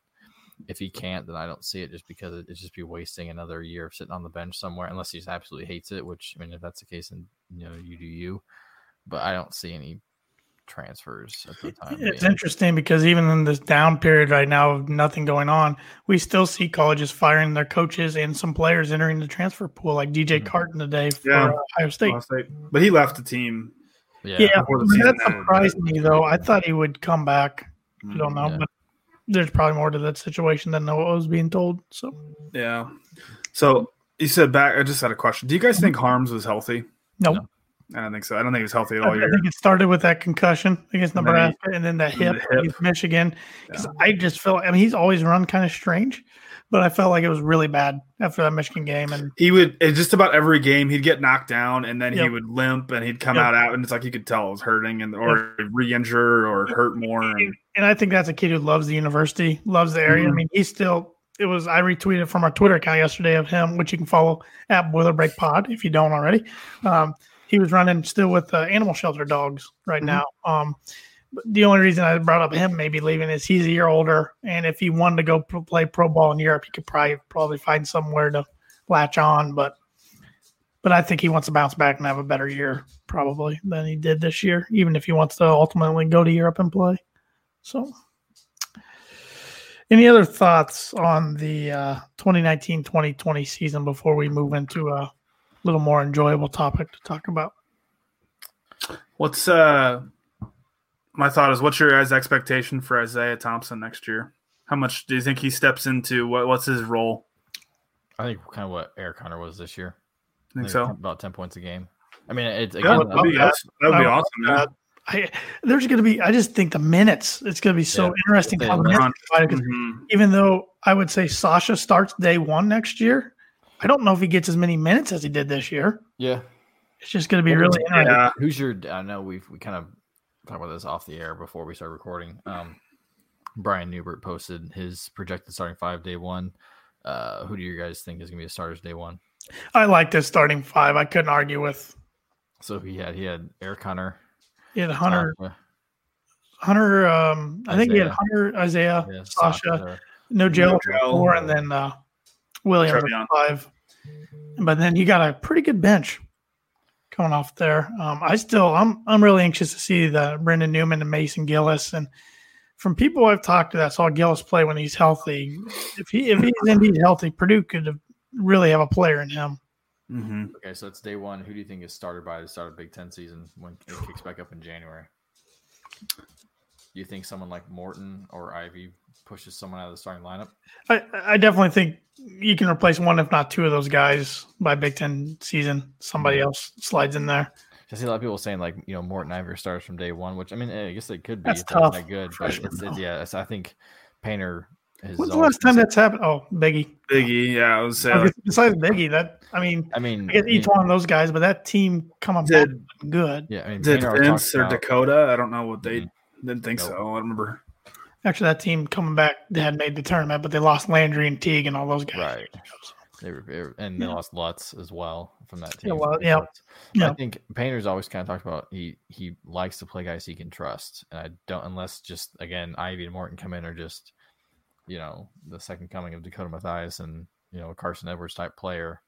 Speaker 5: if he can't, then I don't see it just because it- it'd just be wasting another year of sitting on the bench somewhere, unless he just absolutely hates it. Which I mean, if that's the case, then you know, you do you. But I don't see any transfers at the time.
Speaker 1: It's
Speaker 5: being.
Speaker 1: interesting because even in this down period right now of nothing going on, we still see colleges firing their coaches and some players entering the transfer pool, like DJ
Speaker 5: Mhm.
Speaker 1: Carton today for
Speaker 6: Yeah.
Speaker 1: uh, Ohio State.
Speaker 6: Ohio State. But he left the team.
Speaker 1: Yeah,
Speaker 6: before
Speaker 1: I
Speaker 6: the
Speaker 1: mean,
Speaker 6: season
Speaker 1: that
Speaker 6: ended,
Speaker 1: surprised me though. I thought he would come back. I don't know,
Speaker 5: Yeah.
Speaker 1: but there's probably more to that situation than what was being told. So
Speaker 6: Yeah. So you said back. I just had a question. Do you guys think Harms was healthy?
Speaker 1: no,
Speaker 5: No,
Speaker 6: I don't think so. I don't think he was healthy
Speaker 1: I,
Speaker 6: all
Speaker 1: I
Speaker 6: year.
Speaker 1: think it started with that concussion against
Speaker 6: Oh, And then he-
Speaker 1: Nebraska, and then that
Speaker 6: and then
Speaker 1: hip,
Speaker 6: the hip.
Speaker 1: against Michigan. Because I just felt, I mean, he's always run kind of strange, but I felt like it was really bad after that Michigan game, and
Speaker 6: He would it just about every game he'd get knocked down and then he
Speaker 1: Yep.
Speaker 6: would limp and he'd come
Speaker 1: Yep.
Speaker 6: out out and it's like you could tell it was hurting and or re-injure or hurt more. And,
Speaker 1: and I think that's a kid who loves the university, loves the area. I
Speaker 6: Mhm.
Speaker 1: mean, he's still. It was I retweeted from our Twitter account yesterday of him, which you can follow at Boiler Break Pod if you don't already. Um, he was running still with uh, animal shelter dogs right
Speaker 6: Mhm.
Speaker 1: now. Um, but the only reason I brought up him maybe leaving is he's a year older, and if he wanted to go pro- play pro ball in Europe, he could probably probably find somewhere to latch on. But but I think he wants to bounce back and have a better year probably than he did this year, even if he wants to ultimately go to Europe and play. So, any other thoughts on the uh, 2019-2020 season before we move into a little more enjoyable topic to talk about?
Speaker 6: What's uh my thought is what's your guys' expectation for Isaiah Thompson next year? How much do you think he steps into? What what's his role?
Speaker 5: I think kind of what Eric Hunter was this year.
Speaker 6: think so.
Speaker 5: about ten points a game. I mean, it's
Speaker 6: Yeah,
Speaker 5: again, uh,
Speaker 6: that'd be, that's- that'd
Speaker 1: I-
Speaker 6: be awesome. man.
Speaker 1: I, there's going to be. I just think the minutes. It's going to be so
Speaker 5: Yeah.
Speaker 1: interesting.
Speaker 5: Yeah,
Speaker 1: How the
Speaker 5: that's-
Speaker 1: minutes divide, 'cause
Speaker 6: Mhm.
Speaker 1: even though I would say Sasha starts day one next year, I don't know if he gets as many minutes as he did this year.
Speaker 5: yeah.
Speaker 1: It's just going to be
Speaker 5: Well,
Speaker 1: really interesting.
Speaker 6: Yeah,
Speaker 5: Who's your? I know we've we kind of talked about this off the air before we started recording. Um, Brian Newbert posted his projected starting five day one. Uh, who do you guys think is going to be the starters day one?
Speaker 1: I like this starting five. I couldn't argue with.
Speaker 5: So he had he had Eric Hunter,
Speaker 1: He had Hunter.
Speaker 5: uh,
Speaker 1: Hunter. Um, I think he had
Speaker 5: Isaiah.
Speaker 1: Hunter, Isaiah,
Speaker 5: yeah,
Speaker 1: Sasha,
Speaker 5: there.
Speaker 1: no jail,
Speaker 6: Nojel.
Speaker 1: four, and then uh, Williams
Speaker 6: Trevion.
Speaker 1: at five. But then you got a pretty good bench coming off there. Um, I still, I'm, I'm really anxious to see the Brendan Newman and Mason Gillis. And from people I've talked to that saw Gillis play when he's healthy, if he if he's indeed healthy, Purdue could have- really have a player in him.
Speaker 6: Mhm.
Speaker 5: Okay, so it's day one. Who do you think is started by the start of Big Ten season when it kicks back up in January? Do you think someone like Morton or Ivy pushes someone out of the starting lineup?
Speaker 1: I, I definitely think you can replace one, if not two, of those guys by Big Ten season. Somebody else slides in there.
Speaker 5: I see a lot of people saying like you know Morton Ivor starts from day one, which I mean eh, I guess they could be
Speaker 1: That's
Speaker 5: if they're not
Speaker 1: tough.
Speaker 5: that good, but
Speaker 1: Freshman,
Speaker 5: it's, it's,
Speaker 1: though.
Speaker 5: yeah, it's, I think Painter. Has
Speaker 1: When's the
Speaker 5: always
Speaker 1: last time
Speaker 5: been-
Speaker 1: that's happened? Oh, Biggie.
Speaker 6: Biggie, yeah, I was saying,
Speaker 1: I guess besides Biggie, that I mean,
Speaker 5: I mean,
Speaker 1: I guess each
Speaker 5: you-
Speaker 1: one of those guys, but that team coming back
Speaker 6: Did-
Speaker 1: good.
Speaker 5: yeah, I mean,
Speaker 6: did
Speaker 5: Painter always
Speaker 6: Vince
Speaker 5: talks
Speaker 6: or
Speaker 5: about-
Speaker 6: Dakota? I don't know what they
Speaker 5: Mhm.
Speaker 6: didn't think
Speaker 5: Nope.
Speaker 6: so. I don't remember.
Speaker 1: Actually, that team coming back, they had made the tournament, but they lost Landry and Teague and all those guys.
Speaker 5: Right. They were, they were- and they
Speaker 1: Yeah.
Speaker 5: lost Lutz as well from that
Speaker 1: Yeah,
Speaker 5: team.
Speaker 1: well,
Speaker 5: They
Speaker 1: yeah.
Speaker 5: lost. But
Speaker 1: Yeah.
Speaker 5: I think Painter's always kind of talked about he he likes to play guys he can trust, and I don't unless just again Ivy and Morton come in or just you know the second coming of Dakota Mathias and you know a Carson Edwards type player.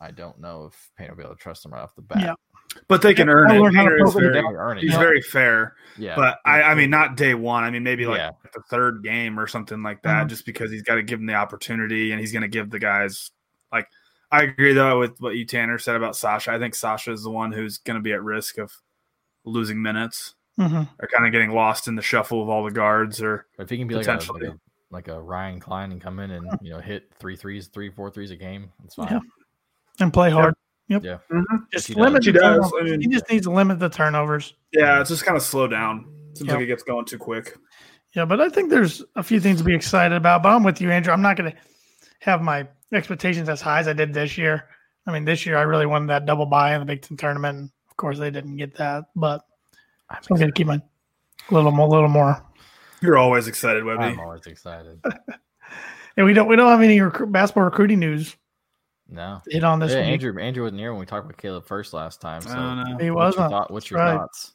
Speaker 5: I don't know if Painter will be able to trust him right off the bat.
Speaker 1: Yeah.
Speaker 6: But they can earn
Speaker 1: I
Speaker 6: it.
Speaker 1: learned how to
Speaker 6: Painter
Speaker 1: play
Speaker 6: is
Speaker 1: with the
Speaker 6: very-
Speaker 5: They're earning
Speaker 6: he's
Speaker 5: it.
Speaker 6: very fair.
Speaker 5: yeah.
Speaker 6: But I, I mean, not day one. I mean, maybe like
Speaker 5: Yeah.
Speaker 6: the third game or something like that,
Speaker 1: Mhm.
Speaker 6: just because he's got to give him the opportunity and he's going to give the guys like. I agree though with what you Tanner said about Sasha. I think Sasha is the one who's going to be at risk of losing minutes
Speaker 1: hmm
Speaker 6: or kind of getting lost in the shuffle of all the guards. Or
Speaker 5: But if he can be like a, like
Speaker 6: Potentially.
Speaker 5: a- like a Ryan Klein and come in and you know hit three threes, three four threes a game, it's fine.
Speaker 1: Yeah. And play hard. Yep.
Speaker 5: Yeah.
Speaker 1: Just
Speaker 5: He does.
Speaker 1: limit
Speaker 6: He
Speaker 1: the
Speaker 6: does. I
Speaker 1: turnovers.
Speaker 6: mean-
Speaker 1: he just needs to limit the turnovers.
Speaker 6: yeah, it's just kind of slow down. Seems
Speaker 1: Yeah.
Speaker 6: like it gets going too quick.
Speaker 1: Yeah, but I think there's a few things to be excited about. But I'm with you, Andrew. I'm not going to have my expectations as high as I did this year. I mean, this year I really wanted that double buy in the Big Ten tournament. And of course, they didn't get that, but
Speaker 5: I'm
Speaker 1: so I'm going to keep my little more, little more.
Speaker 6: You're always excited, Webby.
Speaker 5: I'm always excited.
Speaker 1: And we don't we don't have any recru- basketball recruiting news
Speaker 5: No.
Speaker 1: to hit on this
Speaker 5: Yeah,
Speaker 1: week.
Speaker 5: Andrew Andrew wasn't here when we talked about Caleb first last time. So
Speaker 6: I don't know.
Speaker 1: He
Speaker 5: what's your,
Speaker 1: wasn't.
Speaker 5: thought, what's
Speaker 1: That's
Speaker 5: your
Speaker 1: right.
Speaker 5: thoughts?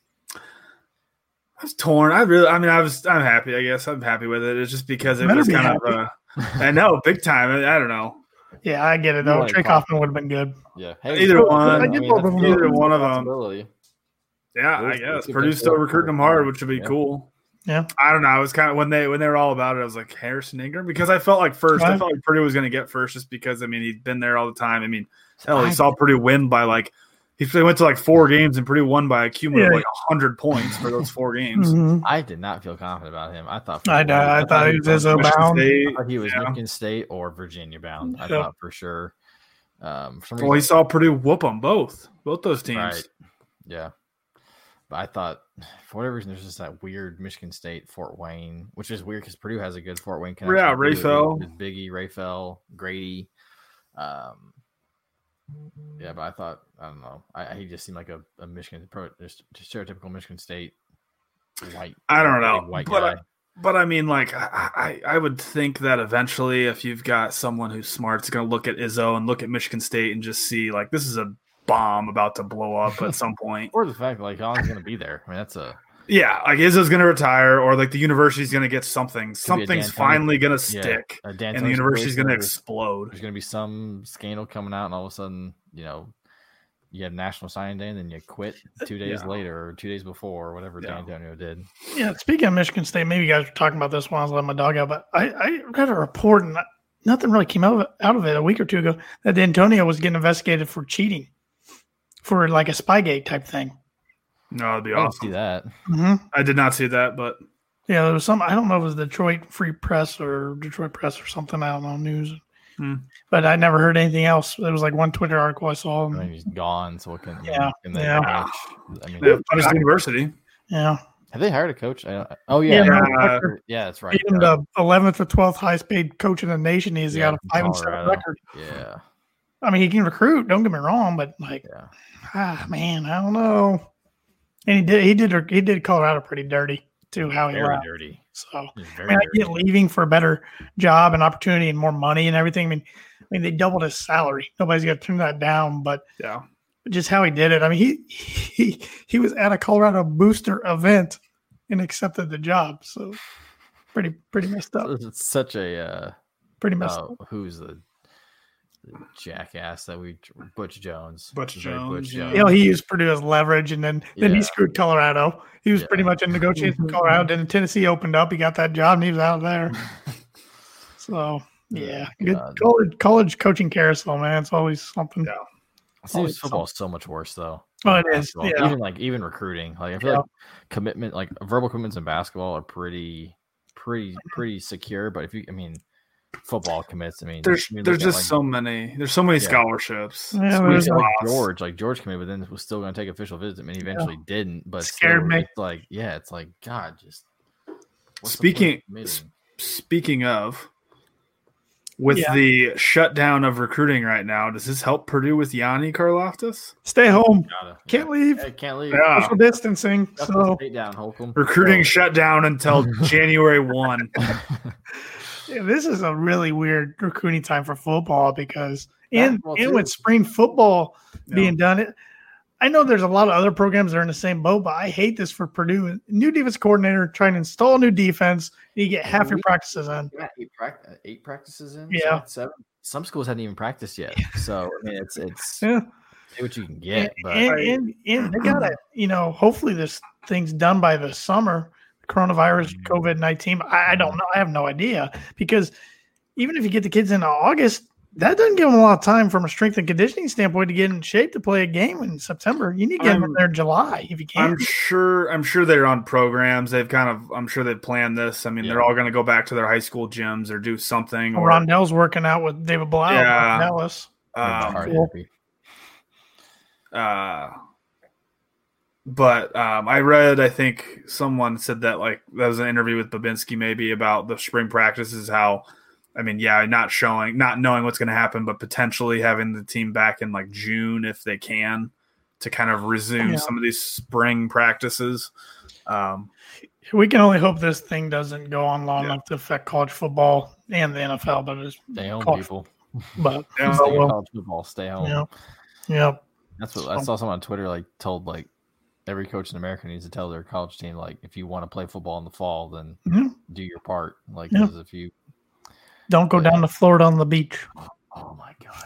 Speaker 6: I was torn. I really, I mean, I was, I'm happy. I guess I'm happy with it. It's just because it
Speaker 1: Better
Speaker 6: was
Speaker 1: be
Speaker 6: kind of, uh, I know, big time. I, I don't know.
Speaker 1: Yeah, I get it though.
Speaker 5: wanted
Speaker 1: Trey
Speaker 5: Coffin.
Speaker 1: Kaufman would have been good.
Speaker 5: Yeah.
Speaker 6: Either
Speaker 5: that's-
Speaker 6: one.
Speaker 5: I
Speaker 1: I
Speaker 5: mean,
Speaker 1: did both
Speaker 5: that's
Speaker 1: of them.
Speaker 5: still
Speaker 6: Either
Speaker 5: a
Speaker 6: one of 'em.
Speaker 5: possibility.
Speaker 6: Yeah,
Speaker 5: Those-
Speaker 6: I guess
Speaker 5: those two
Speaker 6: Purdue's
Speaker 5: big
Speaker 6: still
Speaker 5: boys
Speaker 6: recruiting
Speaker 5: were
Speaker 6: them hard,
Speaker 5: fun.
Speaker 6: which would be
Speaker 5: Yeah.
Speaker 6: cool.
Speaker 1: Yeah.
Speaker 6: I don't know. I was kind of when they when they were all about it. I was like Harrison Ingram because I felt like first, I
Speaker 1: Right.
Speaker 6: felt like Purdue was going to get first, just because I mean he'd been there all the time. I mean, hell,
Speaker 5: I-
Speaker 6: he saw Purdue win by like he they went to like four games and Purdue won by a cumulative
Speaker 1: Yeah.
Speaker 6: like hundred points for those four games.
Speaker 1: Mhm.
Speaker 5: I did not feel confident about him. I thought
Speaker 1: I know. I thought he was as a
Speaker 6: Michigan
Speaker 1: bound.
Speaker 6: State-
Speaker 5: I thought he was
Speaker 6: Yeah.
Speaker 5: Michigan State or Virginia bound. I
Speaker 1: Yep.
Speaker 5: thought for sure. Um, for some
Speaker 6: Well, he
Speaker 5: reason,
Speaker 6: saw Purdue whoop them both, both those teams.
Speaker 5: right. Yeah. But I thought, for whatever reason, there's just that weird Michigan State Fort Wayne, which is weird because Purdue has a good Fort Wayne connection.
Speaker 6: Yeah,
Speaker 5: too, with-
Speaker 6: Raphael.
Speaker 5: with Biggie, Rayfell, Grady. Um, yeah, but I thought I don't know. I, I- he just seemed like a, a Michigan, pro, just just stereotypical Michigan State white.
Speaker 6: I don't know,
Speaker 5: big white
Speaker 6: but uh, I-
Speaker 5: guy.
Speaker 6: But I mean, like, I, I I would think that eventually, if you've got someone who's smart, it's going to look at Izzo and look at Michigan State and just see, like, this is a bomb about to blow up at some point.
Speaker 5: or the fact like Allen's gonna be there. I mean, that's a
Speaker 6: Yeah, like Izzo's going to retire, or like the university's going to get something. Something's
Speaker 5: Dan Tony-
Speaker 6: finally going to
Speaker 5: yeah,
Speaker 6: stick,
Speaker 5: a Dan
Speaker 6: and the
Speaker 5: Tony
Speaker 6: university's going
Speaker 5: situation
Speaker 6: to
Speaker 5: where
Speaker 6: explode.
Speaker 5: There's gonna be some scandal coming out, and all of a sudden, you know, you have National Signing Day, and then you quit two days
Speaker 6: Yeah.
Speaker 5: later or two days before, or whatever
Speaker 6: Yeah.
Speaker 5: Dan Antonio did.
Speaker 1: Yeah. Speaking of Michigan State, maybe you guys were talking about this while I was letting my dog out, but I, I read a report and nothing really came out of, it, out of it a week or two ago that Antonio was getting investigated for cheating, for like a Spygate type thing.
Speaker 6: No, that'd be
Speaker 5: I didn't
Speaker 6: awesome.
Speaker 5: see that.
Speaker 1: hmm
Speaker 6: I did not see that, but
Speaker 1: Yeah, there was some. I don't know if it was Detroit Free Press or Detroit Press or something. I don't know news. But I never heard anything else. There was like one Twitter article I saw.
Speaker 5: I mean, he's gone, so what can? I mean,
Speaker 1: Yeah,
Speaker 5: can they
Speaker 1: yeah.
Speaker 5: coach? I mean,
Speaker 6: They have Punch University.
Speaker 1: Yeah,
Speaker 5: have they hired a coach? I don't, oh yeah,
Speaker 1: yeah.
Speaker 5: yeah,
Speaker 6: Yeah.
Speaker 5: that's right.
Speaker 1: Beat him to 11th or 12th highest paid coach in the nation. He's
Speaker 5: Yeah, oh,
Speaker 1: got a five and seven
Speaker 5: Colorado.
Speaker 1: record.
Speaker 5: Yeah,
Speaker 1: I mean, he can recruit. Don't get me wrong, but like,
Speaker 5: yeah.
Speaker 1: ah, man, I don't know. And he did. He did. He did Colorado pretty dirty too. How he
Speaker 5: Very
Speaker 1: left.
Speaker 5: dirty.
Speaker 1: So
Speaker 5: He's
Speaker 1: I
Speaker 5: very
Speaker 1: mean, I
Speaker 5: dirty.
Speaker 1: get leaving for a better job and opportunity and more money and everything. I mean, I mean, they doubled his salary. Nobody's going to turn that down. But
Speaker 6: Yeah.
Speaker 1: just how he did it. I mean, he he he was at a Colorado booster event and accepted the job. So pretty pretty messed up.
Speaker 5: It's such a uh,
Speaker 1: Pretty messed
Speaker 5: uh,
Speaker 1: up.
Speaker 5: who's the, the jackass that we Butch Jones.
Speaker 6: Butch
Speaker 5: Very
Speaker 6: Jones, yeah.
Speaker 1: You know, he used Purdue as leverage, and then then
Speaker 5: Um, Yeah.
Speaker 1: he screwed Colorado. He was
Speaker 5: Yeah.
Speaker 1: pretty much in negotiations with Colorado. Then Tennessee opened up. He got that job, and he was out of there. So yeah, good
Speaker 5: God.
Speaker 1: college, college coaching carousel, man. It's always something.
Speaker 6: Yeah.
Speaker 5: Seems
Speaker 1: Always
Speaker 5: football so much worse though.
Speaker 1: Oh,
Speaker 5: than
Speaker 1: it is,
Speaker 5: basketball.
Speaker 1: yeah.
Speaker 5: Even like even recruiting, like I feel
Speaker 1: Yeah.
Speaker 5: like commitment, like verbal commitments in basketball are pretty, pretty,
Speaker 1: Mm-hmm.
Speaker 5: pretty secure. But if you, I mean, football commits. I mean,
Speaker 6: There's
Speaker 5: you
Speaker 6: there's
Speaker 5: look at,
Speaker 6: just
Speaker 5: like,
Speaker 6: so many. There's so many
Speaker 5: Yeah.
Speaker 6: scholarships.
Speaker 1: Yeah,
Speaker 6: Sweet
Speaker 1: there's
Speaker 5: Like,
Speaker 6: loss.
Speaker 5: George, like George committed, but then was still going to take official visits, and he eventually didn't. But
Speaker 1: Scared
Speaker 5: still,
Speaker 1: me.
Speaker 5: It's like, yeah, it's like God. Just what's the point of
Speaker 6: Speaking-
Speaker 5: committing?
Speaker 6: Speaking of, with
Speaker 1: Yeah.
Speaker 6: the shutdown of recruiting right now, does this help Purdue with Yanni Karloftis?
Speaker 1: Stay home.
Speaker 5: Gotta-
Speaker 1: Can't
Speaker 5: yeah. Ah.
Speaker 1: leave.
Speaker 5: Hey, can't leave.
Speaker 6: Yeah.
Speaker 1: Social distancing.
Speaker 5: Shut the
Speaker 1: So
Speaker 5: state down, Holcomb.
Speaker 6: Recruiting
Speaker 5: Go.
Speaker 6: shut down until January one.
Speaker 1: yeah, this is a really weird recruiting time for football because and
Speaker 5: Basketball,
Speaker 1: and
Speaker 5: too.
Speaker 1: with spring football
Speaker 6: Yeah.
Speaker 1: being done, it, I know there's a lot of other programs that are in the same boat, but I hate this for Purdue. New defense coordinator trying to install a new defense, and you get half your
Speaker 5: We-
Speaker 1: practices in.
Speaker 5: You got eight, prac- uh, eight practices in.
Speaker 1: Yeah.
Speaker 5: seven- seven. Some schools haven't even practiced yet. So I mean, it's it's
Speaker 1: Yeah.
Speaker 5: do what you can get, but
Speaker 1: and, and, and they got it. You know, hopefully this thing's done by the summer. Coronavirus,
Speaker 5: Mhm.
Speaker 1: COVID nineteen. I, I don't know. I have no idea because even if you get the kids into August, that doesn't give them a lot of time from a strength and conditioning standpoint to get in shape to play a game in September. You need to get them in
Speaker 6: I'm-
Speaker 1: there in July if you can.
Speaker 6: I'm sure. I'm sure they're on programs. They've kind of. I'm sure they've planned this. I mean, they're
Speaker 5: Yeah.
Speaker 6: all going to go back to their high school gyms or do something. Or um,
Speaker 1: Rondell's working out with David Blau
Speaker 6: Yeah.
Speaker 1: in Dallas.
Speaker 6: um,
Speaker 5: It's hard to
Speaker 1: cool.
Speaker 5: be-
Speaker 6: uh, but um, I read. I think someone said that like that was an interview with Babinski maybe about the spring practices. How, I mean, yeah, not showing, not knowing what's going to happen, but potentially having the team back in like June if they can to kind of resume
Speaker 1: Yeah.
Speaker 6: some of these spring practices. Um,
Speaker 1: We can only hope this thing doesn't go on long
Speaker 6: Yeah.
Speaker 1: enough to affect college football and the NFL. But it's
Speaker 5: Stay home,
Speaker 1: Cough.
Speaker 5: people.
Speaker 1: but
Speaker 6: Yeah,
Speaker 5: Stay
Speaker 1: oh,
Speaker 5: in
Speaker 1: well.
Speaker 5: college football. Stay home.
Speaker 1: yeah, yeah.
Speaker 5: That's what I saw. Someone on Twitter like told like every coach in America needs to tell their college team like if you want to play football in the fall, then
Speaker 1: Yeah.
Speaker 5: do your part. Like
Speaker 1: Mm-hmm. Yeah.
Speaker 5: 'cause if you,
Speaker 1: Don't go down to Florida on the beach.
Speaker 5: oh my god,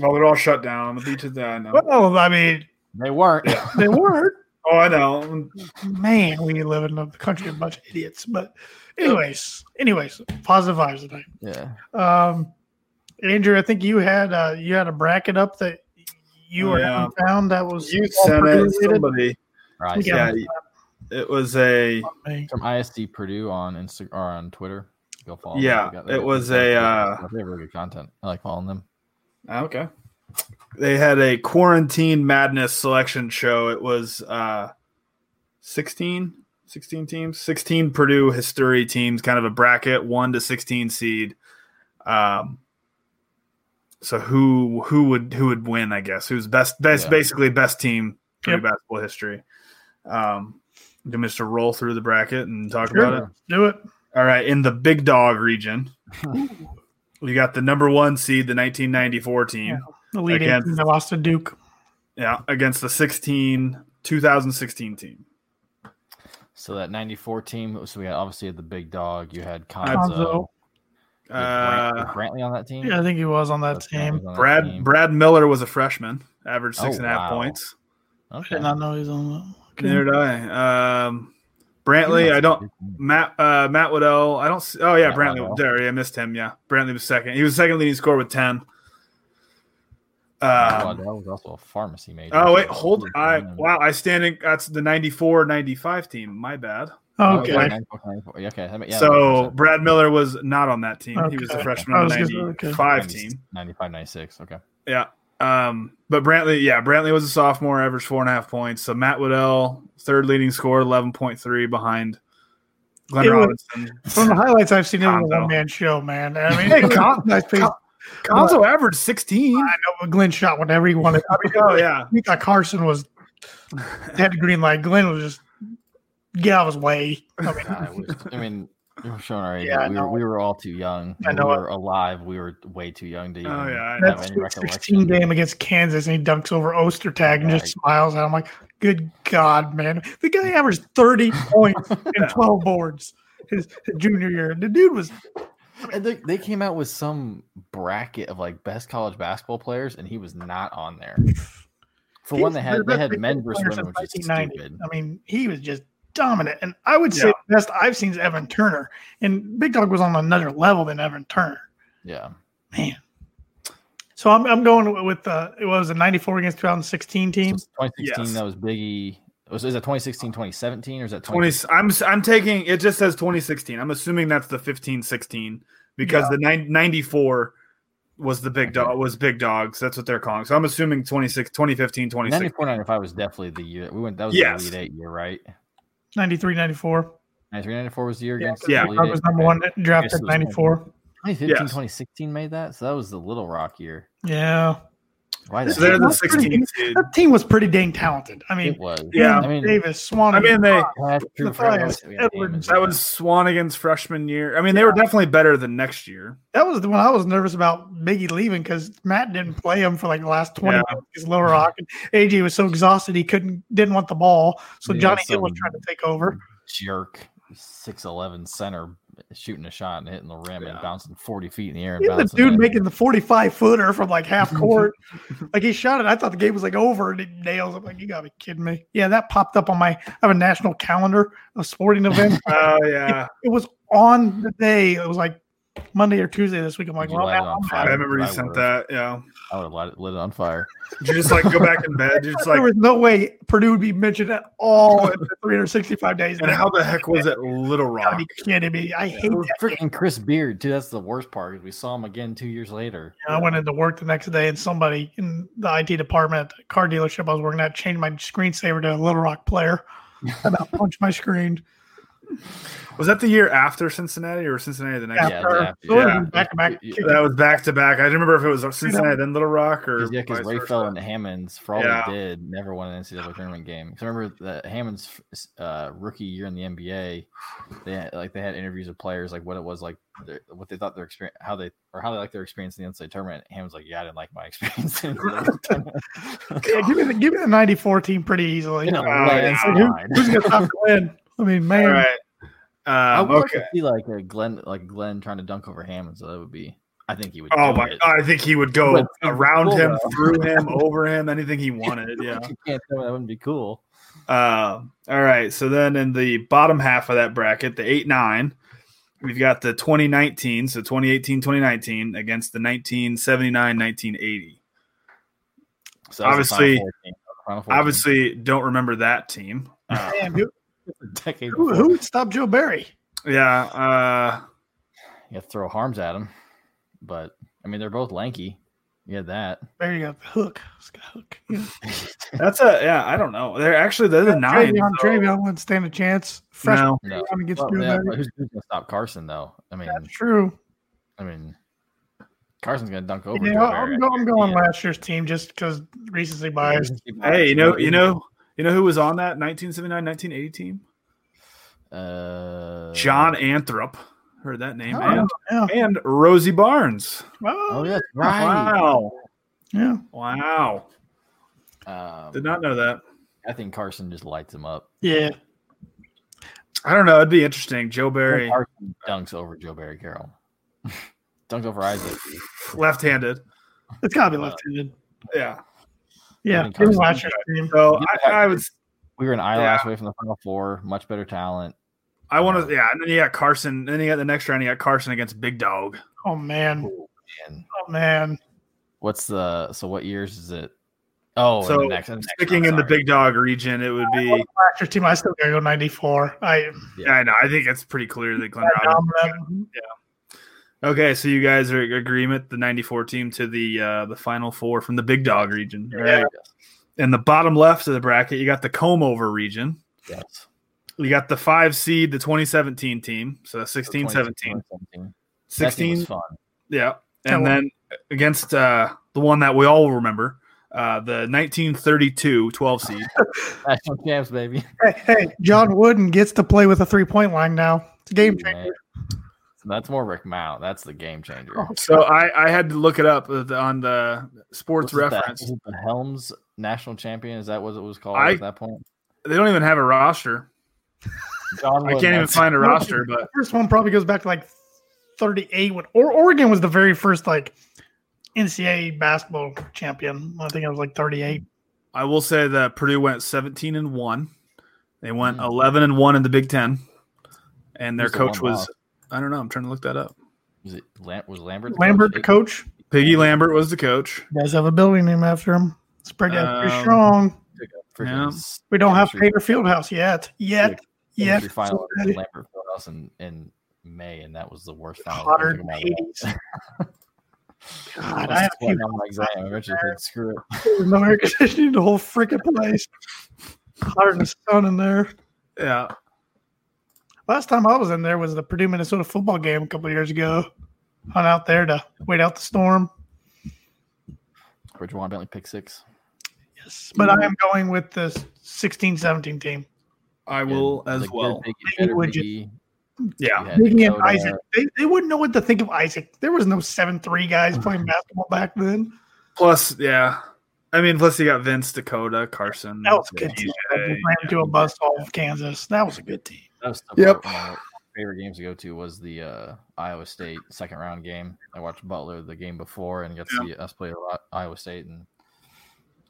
Speaker 6: well, they're all shut down. The beaches, I know.
Speaker 1: Well, I mean,
Speaker 5: they weren't.
Speaker 1: they weren't.
Speaker 6: Oh, I know.
Speaker 1: Man, we live in a country of a bunch of idiots. But anyways, anyways, positive vibes tonight.
Speaker 5: yeah.
Speaker 1: Um, Andrew, I think you had uh, you had a bracket up that you were
Speaker 6: Yeah.
Speaker 1: found that was
Speaker 6: You
Speaker 1: all
Speaker 6: sent it.
Speaker 1: Purdue-related.
Speaker 6: Somebody.
Speaker 5: Right.
Speaker 1: We
Speaker 6: Yeah.
Speaker 1: got
Speaker 6: It was a.
Speaker 1: Me.
Speaker 5: From ISD Purdue on Insta or on Twitter. Go follow. them.
Speaker 6: Yeah,
Speaker 5: They got-
Speaker 6: it
Speaker 5: they got
Speaker 6: was
Speaker 5: good
Speaker 6: a,
Speaker 5: content.
Speaker 6: uh,
Speaker 5: They have really good content. I like following them.
Speaker 6: Okay. They had a quarantine madness selection show. It was uh 16, 16 teams, 16 Purdue history teams, kind of a bracket, 1 to 16 seed. Um so who who would who would win, I guess. Who's best best
Speaker 5: Yeah.
Speaker 6: basically best team Purdue
Speaker 1: Yep.
Speaker 6: basketball history. Um do Mr. Roll through the bracket and talk
Speaker 1: Sure.
Speaker 6: about it.
Speaker 1: Do it.
Speaker 6: All right, in the big dog region, we got the number one seed, the 1994 team.
Speaker 1: The lead
Speaker 6: Again.
Speaker 1: team that lost to Duke.
Speaker 6: Yeah, against the 16 2016 team.
Speaker 5: So that '94 team. So we had obviously the big dog. You had Conzo.
Speaker 1: Conzo.
Speaker 5: You had Grant-
Speaker 6: Uh,
Speaker 5: Brantley on that team.
Speaker 1: Yeah, I think he was on that
Speaker 5: That's Brantley
Speaker 1: team.
Speaker 5: on that
Speaker 6: Brad
Speaker 5: team.
Speaker 6: Brad Miller was a freshman, averaged six
Speaker 5: Oh,
Speaker 6: and a half
Speaker 5: wow.
Speaker 6: points.
Speaker 1: I did
Speaker 5: Okay.
Speaker 1: not know he was on that. Okay.
Speaker 6: Neither did I. Um, Brantley, I don't. Matt uh, Matt Waddell, I don't. See, oh yeah,
Speaker 5: Matt
Speaker 6: Brantley.
Speaker 5: Waddell.
Speaker 6: There, yeah, I missed him. Yeah, Brantley was second. He was second leading scorer with ten. Um,
Speaker 5: Waddell Oh, was also a pharmacy major.
Speaker 6: oh wait,
Speaker 5: so-
Speaker 6: hold. I
Speaker 5: Yeah.
Speaker 6: wow, I standing. That's the 94-95 team. My bad.
Speaker 1: Okay.
Speaker 5: Okay. Okay. okay. I mean, yeah, that makes
Speaker 6: so
Speaker 5: sense.
Speaker 6: Brad Miller was not on that team. He was
Speaker 1: Okay.
Speaker 6: a freshman
Speaker 1: I
Speaker 6: on
Speaker 1: was
Speaker 6: the
Speaker 1: gonna- okay.
Speaker 6: 95
Speaker 5: 90
Speaker 6: team.
Speaker 5: 95, 96. Okay.
Speaker 6: Yeah. Um, but Brantley, yeah, Brantley was a sophomore, averaged four and a half points. So Matt Woodell, third leading scorer, eleven point three behind Glenn
Speaker 1: It was-
Speaker 6: Robinson.
Speaker 1: From the highlights I've seen, it was a
Speaker 6: Gonzo.
Speaker 1: one man show, man. I mean,
Speaker 6: Hey,
Speaker 1: it was a
Speaker 6: Gon-
Speaker 1: nice piece.
Speaker 6: Gon- Conzo averaged sixteen.
Speaker 1: I know, but Glenn shot whenever he wanted. I mean,
Speaker 6: Oh yeah.
Speaker 1: I think like Carson was had the green light. Glenn was just get out of his way. I mean,
Speaker 5: God, I, wish- I mean, we were showing our age.
Speaker 1: Yeah, I
Speaker 5: but we, were,
Speaker 1: know.
Speaker 5: we were all too young.
Speaker 1: I know.
Speaker 5: We were alive. We were way too young to even
Speaker 6: Oh yeah. I know.
Speaker 5: have
Speaker 1: that's
Speaker 5: any
Speaker 1: the
Speaker 5: recollection.
Speaker 1: 16 game against Kansas, and he dunks over Ostertag and just smiles. And I'm like, good God, man. The guy averaged 30 points and 12 boards his junior year. The dude was
Speaker 5: And they, they came out with some bracket of like best college basketball players, and he was not on there. For
Speaker 1: He
Speaker 5: one,
Speaker 1: was one
Speaker 5: they had
Speaker 1: of the
Speaker 5: they
Speaker 1: best
Speaker 5: had
Speaker 1: big
Speaker 5: men versus
Speaker 1: players
Speaker 5: women,
Speaker 1: since
Speaker 5: which is
Speaker 1: 1990.
Speaker 5: stupid.
Speaker 1: I mean, he was just dominant. And I would say
Speaker 6: Yeah.
Speaker 1: the best I've seen is Evan Turner. And Big Dog was on another level than Evan Turner.
Speaker 5: Yeah,
Speaker 1: Man. So I'm, I'm going with uh, it was a 94 against 2016
Speaker 5: So
Speaker 1: team.
Speaker 5: it's 2016
Speaker 6: Yes.
Speaker 5: that was Biggie. Was is that 2016, 2017, or is that 20?
Speaker 6: Twenty. I'm I'm taking it. Just says twenty sixteen. I'm assuming that's the 15-16 because the nine, ninety four was the big dog was big dogs. That's what they're calling. So I'm assuming 26, 2015, 2016.
Speaker 5: 94, 95 was definitely the year we went. That was
Speaker 6: Yes.
Speaker 5: the Elite Eight year, right?
Speaker 1: 93 94.
Speaker 5: 93, 94 was the year
Speaker 1: Yeah,
Speaker 5: against.
Speaker 6: Yeah.
Speaker 5: the Elite
Speaker 1: I
Speaker 5: Eight,
Speaker 1: was number
Speaker 5: okay.
Speaker 1: one uh,
Speaker 5: Yes,
Speaker 1: drafted
Speaker 5: it was
Speaker 1: 94.
Speaker 5: 2015,
Speaker 6: Yes.
Speaker 5: 2016 made that, so that was the Little Rock year.
Speaker 1: Yeah.
Speaker 5: Why
Speaker 6: So
Speaker 5: the
Speaker 6: they're
Speaker 5: heck-
Speaker 6: the
Speaker 1: That's pretty
Speaker 6: 16
Speaker 1: good.
Speaker 6: seed.
Speaker 1: That team was pretty dang talented. I mean,
Speaker 5: it was.
Speaker 6: Yeah.
Speaker 5: I mean,
Speaker 1: Davis, Swan.
Speaker 6: I mean they
Speaker 5: that's true.
Speaker 1: Matthias
Speaker 5: for everyone.
Speaker 1: Edwards.
Speaker 5: Yeah.
Speaker 6: that was Swanigan's freshman year. I mean they were definitely better than next year.
Speaker 1: That was the one I was nervous about Biggie leaving because Matt didn't play him for like the last 20
Speaker 6: Yeah.
Speaker 1: minutes because Little Rock and AJ was so exhausted he couldn't didn't want the ball. So
Speaker 5: Yeah,
Speaker 1: Johnny Hill
Speaker 5: so-
Speaker 1: was trying to take over.
Speaker 5: jerk, six eleven center shooting a shot and hitting the rim and
Speaker 6: Yeah.
Speaker 5: bouncing forty feet in the air. And
Speaker 1: Even the
Speaker 5: bouncing
Speaker 1: dude
Speaker 5: in.
Speaker 1: making the 45 footer from like half court. like he shot it. I thought the game was like over and it nails. I'm like, you gotta be kidding me. Yeah, that popped up on my I have a national calendar of sporting events.
Speaker 6: Oh yeah.
Speaker 1: it was on the day, it was like Monday or Tuesday this week. I'm like,
Speaker 5: You
Speaker 1: well,
Speaker 5: light it
Speaker 1: now
Speaker 5: on
Speaker 1: I'm
Speaker 5: fire.
Speaker 1: out.
Speaker 6: I remember you
Speaker 5: I
Speaker 6: sent
Speaker 5: would've.
Speaker 6: that. Yeah.
Speaker 5: I would have lit, lit it on fire.
Speaker 6: Did you just like go back in bed? You're just like,
Speaker 1: there was no way Purdue would be mentioned at all in the 365 days.
Speaker 6: and how the heck was it Little
Speaker 1: gotta
Speaker 6: Rock?
Speaker 1: be kidding me. I hate
Speaker 5: Or
Speaker 1: that.
Speaker 5: Freaking Chris Beard too. That's the worst part because we saw him again two years later.
Speaker 1: I went into work the next day and somebody in the IT department at the car dealership I was working at changed my screensaver to a Little Rock player. I about punched my screen.
Speaker 6: Was that the year after Cincinnati or Cincinnati the next
Speaker 1: Yeah.
Speaker 6: year?
Speaker 5: it was
Speaker 1: After-
Speaker 5: after-
Speaker 1: so it was
Speaker 6: Yeah.
Speaker 1: back to back.
Speaker 5: Yeah.
Speaker 6: That was back to back. I didn't remember if it was Cincinnati then Little Rock or
Speaker 5: Cause, yeah, because
Speaker 6: vice
Speaker 5: Ray
Speaker 6: versa.
Speaker 5: fell into Hammonds for all
Speaker 6: Yeah.
Speaker 5: he did, never won an NCAA tournament game. Because I remember that Hammonds' uh, rookie year in the NBA, they had, like they had interviews with players like what it was like, their, what they thought their experience, how they or how they liked their experience in the NCAA tournament. Hammonds like, yeah, I didn't like my experience. in the NCAA tournament."
Speaker 1: Yeah, give me the give me the 94 team pretty easily.
Speaker 5: You know,
Speaker 6: Oh, yeah.
Speaker 1: Like, who- who's gonna stop Glenn? I mean, man,
Speaker 6: All right.
Speaker 5: I
Speaker 6: Um,
Speaker 5: would like
Speaker 6: okay.
Speaker 5: to see like a Glenn, like Glenn trying to dunk over Hammonds. So that would be, I think he would.
Speaker 6: Oh
Speaker 5: do
Speaker 6: my!
Speaker 5: it.
Speaker 6: I think he would go
Speaker 5: But-
Speaker 6: around
Speaker 5: Cool,
Speaker 6: him,
Speaker 5: though.
Speaker 6: through him, over him, anything he wanted. Yeah.
Speaker 5: You can't tell me that wouldn't be cool.
Speaker 6: Uh, all right. So then in the bottom half of that bracket, the 8 9, we've got the 2019, so 2018 2019 against the 1979 1980.
Speaker 5: So that was the Final
Speaker 6: Obviously-
Speaker 5: 14, Final 14,
Speaker 6: Obviously, don't remember that team. Uh,
Speaker 1: man, who,
Speaker 5: a decade
Speaker 1: who,
Speaker 5: before.
Speaker 1: who would stop Joe Barry?
Speaker 6: yeah. Uh,
Speaker 5: You have to throw harms at them, but I mean they're both lanky. You had that.
Speaker 1: Barry got the hook. He's got hook. Yeah.
Speaker 6: that's a, yeah, I don't know. They're actually, they're the nine.
Speaker 1: Travion,
Speaker 6: so-
Speaker 1: Travion wouldn't stand a chance. Fresh
Speaker 6: No.
Speaker 5: No.
Speaker 1: Travion against
Speaker 5: Well,
Speaker 1: Joe
Speaker 5: yeah,
Speaker 1: Barry.
Speaker 5: but who's who's gonna stop Carson though? I mean,
Speaker 1: That's true.
Speaker 5: I mean, Carson's gonna dunk over.
Speaker 1: Yeah,
Speaker 5: Joe
Speaker 1: I'm,
Speaker 5: Barrett.
Speaker 1: go- I'm going
Speaker 5: Yeah.
Speaker 1: last year's team just because recency bias.
Speaker 6: Hey, you know, you know, you know who was on that 1979 1980 team?
Speaker 5: uh,
Speaker 6: John Anthrop. Heard that name.
Speaker 1: Oh,
Speaker 6: and,
Speaker 1: yeah.
Speaker 6: and Rosie Barnes.
Speaker 5: Oh,
Speaker 1: Well,
Speaker 5: that's right.
Speaker 6: Wow.
Speaker 1: yeah.
Speaker 6: Wow. Did
Speaker 5: Um,
Speaker 6: not know that.
Speaker 5: I think Carson just lights him up.
Speaker 1: Yeah.
Speaker 6: I don't know. It'd be interesting. Joe Barry,
Speaker 5: Carson dunks over Joe Barry Carroll. dunks over Isaac.
Speaker 6: left-handed.
Speaker 1: It's got
Speaker 5: Uh,
Speaker 1: to be left handed.
Speaker 6: Yeah.
Speaker 1: Yeah.
Speaker 5: think
Speaker 1: Give me
Speaker 5: Carson's
Speaker 1: last year's team.
Speaker 6: So
Speaker 5: Yeah.
Speaker 6: I, I would.
Speaker 5: We were an eye
Speaker 6: Yeah.
Speaker 5: last away from the final four. Much better talent.
Speaker 6: I want to. Yeah. And then he got Carson. Then he got the next round. He got Carson against Big Dog.
Speaker 1: Oh, man.
Speaker 5: And
Speaker 1: Oh, man.
Speaker 5: what's the so? What years is it? Oh,
Speaker 6: so
Speaker 5: and the next, and the next
Speaker 6: sticking
Speaker 5: round,
Speaker 6: in the
Speaker 5: sorry.
Speaker 6: big dog region, it would be.
Speaker 1: Last year's team, I still gotta go 94. I, uh,
Speaker 5: Yeah.
Speaker 6: I know. I think it's pretty clear that Glenn
Speaker 1: I
Speaker 6: Robinson.
Speaker 1: dominant.
Speaker 6: Okay, so you guys are in agreement the 94 team to the uh, the final four from the big dog region. All
Speaker 5: Yeah.
Speaker 6: right. And the bottom left of the bracket, you got the comb over region.
Speaker 5: Yes.
Speaker 6: You got the five seed, the 2017 team. So 16 17.
Speaker 5: 17. That team
Speaker 6: 16,
Speaker 5: was fun.
Speaker 6: yeah.
Speaker 1: Tell
Speaker 6: And
Speaker 1: 'em.
Speaker 6: then against uh, the one that we all remember, uh, the 1932 12 seed.
Speaker 5: National champs, baby.
Speaker 1: Hey, hey, John Wooden gets to play with a three point line now. It's a game changer.
Speaker 5: Man. That's more Rick Mount. That's the game changer.
Speaker 6: So I, I had to look it up uh, the- on the sports
Speaker 5: What's it, the-
Speaker 6: reference.
Speaker 5: is it the Helms National Champion? Is that what it was called
Speaker 6: I-
Speaker 5: at that point?
Speaker 6: They don't even have a roster.
Speaker 5: John
Speaker 6: I
Speaker 5: Wooden,
Speaker 6: can't even
Speaker 5: that's-
Speaker 6: find a roster, but
Speaker 1: first one probably goes back to like 38 when or Oregon was the very first like NCAA basketball champion. I think it was like 38.
Speaker 6: I will say that Purdue went 17 and 1. They went
Speaker 5: Mm.
Speaker 6: 11 and 1 in the Big 10. And their
Speaker 5: Who's the
Speaker 6: coach
Speaker 5: one
Speaker 6: was
Speaker 5: loss?
Speaker 6: I don't know, I'm trying to look that up.
Speaker 5: Was it Lam- was Lambert?
Speaker 1: Lambert, the coach,
Speaker 6: Piggy Lambert was the coach.
Speaker 1: you guys have a building named after him. Spread that pretty
Speaker 6: Um,
Speaker 1: strong.
Speaker 5: Freaking
Speaker 6: Yeah.
Speaker 5: s-
Speaker 1: We don't have
Speaker 5: chemistry-
Speaker 1: Pater Fieldhouse yet. Yet. Yet.
Speaker 5: chemistry final
Speaker 1: So,
Speaker 5: at Lambert Fieldhouse in, in May, and that was the worst final. I
Speaker 1: hotter
Speaker 5: think
Speaker 1: than
Speaker 5: about it.
Speaker 1: Hades. God,
Speaker 5: I
Speaker 1: I
Speaker 5: was
Speaker 1: have
Speaker 5: sweating on my exam. I eventually said, screw it.
Speaker 1: fumes of air conditioning the whole freaking place. Hotter than the sun in there.
Speaker 6: Yeah.
Speaker 1: Last time I was in there was the Purdue Minnesota football game a couple years ago. Hung out there to wait out the storm.
Speaker 5: Bridgewater Bentley pick six.
Speaker 1: Yes, but I am going with the 16-17 team.
Speaker 6: I will
Speaker 5: And
Speaker 6: as
Speaker 5: the good
Speaker 6: well.
Speaker 5: Big E,
Speaker 1: Biggie
Speaker 5: better
Speaker 1: Widget.
Speaker 5: Big E.
Speaker 6: Yeah.
Speaker 5: You had
Speaker 1: Biggie and
Speaker 5: Dakota.
Speaker 1: Isaac, they, they wouldn't know what to think of Isaac. There was no 7-3 guys playing basketball back then.
Speaker 6: Plus, yeah. I mean, plus you got Vince, Dakota, Carson.
Speaker 1: That was a good team.
Speaker 6: DJ.
Speaker 1: They ran to a bust of Kansas. That was a good team.
Speaker 5: That was still
Speaker 6: Yep.
Speaker 5: one of my favorite games to go to was the uh, Iowa State second round game. I watched Butler the game before and got to see us play a lot Iowa State, and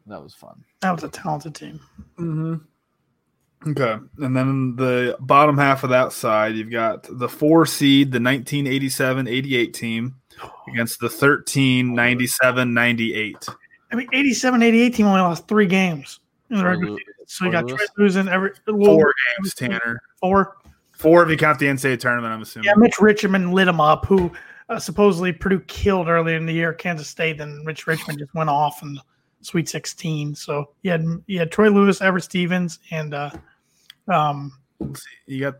Speaker 5: that was fun.
Speaker 1: That was a talented team.
Speaker 6: Mm-hmm. Okay. And then the bottom half of that side, you've got the four seed, the 1987 88 team against the 13 97 98.
Speaker 1: I mean, 87-88 team only lost three games in the
Speaker 5: Troy
Speaker 1: regular
Speaker 5: Lew-
Speaker 1: season. So you
Speaker 5: Troy
Speaker 1: got Troy
Speaker 5: Lewis?
Speaker 1: losing every
Speaker 6: Four games, Tanner.
Speaker 1: four.
Speaker 6: Four if you count the NCAA tournament, I'm assuming.
Speaker 1: Yeah, Mitch Richmond lit him up, who uh, supposedly Purdue killed early in the year, Kansas State. Then Rich Richmond just went off in the Sweet 16. So you had you had Troy Lewis, Everett Stevens, and uh, um,
Speaker 6: Let's see. You got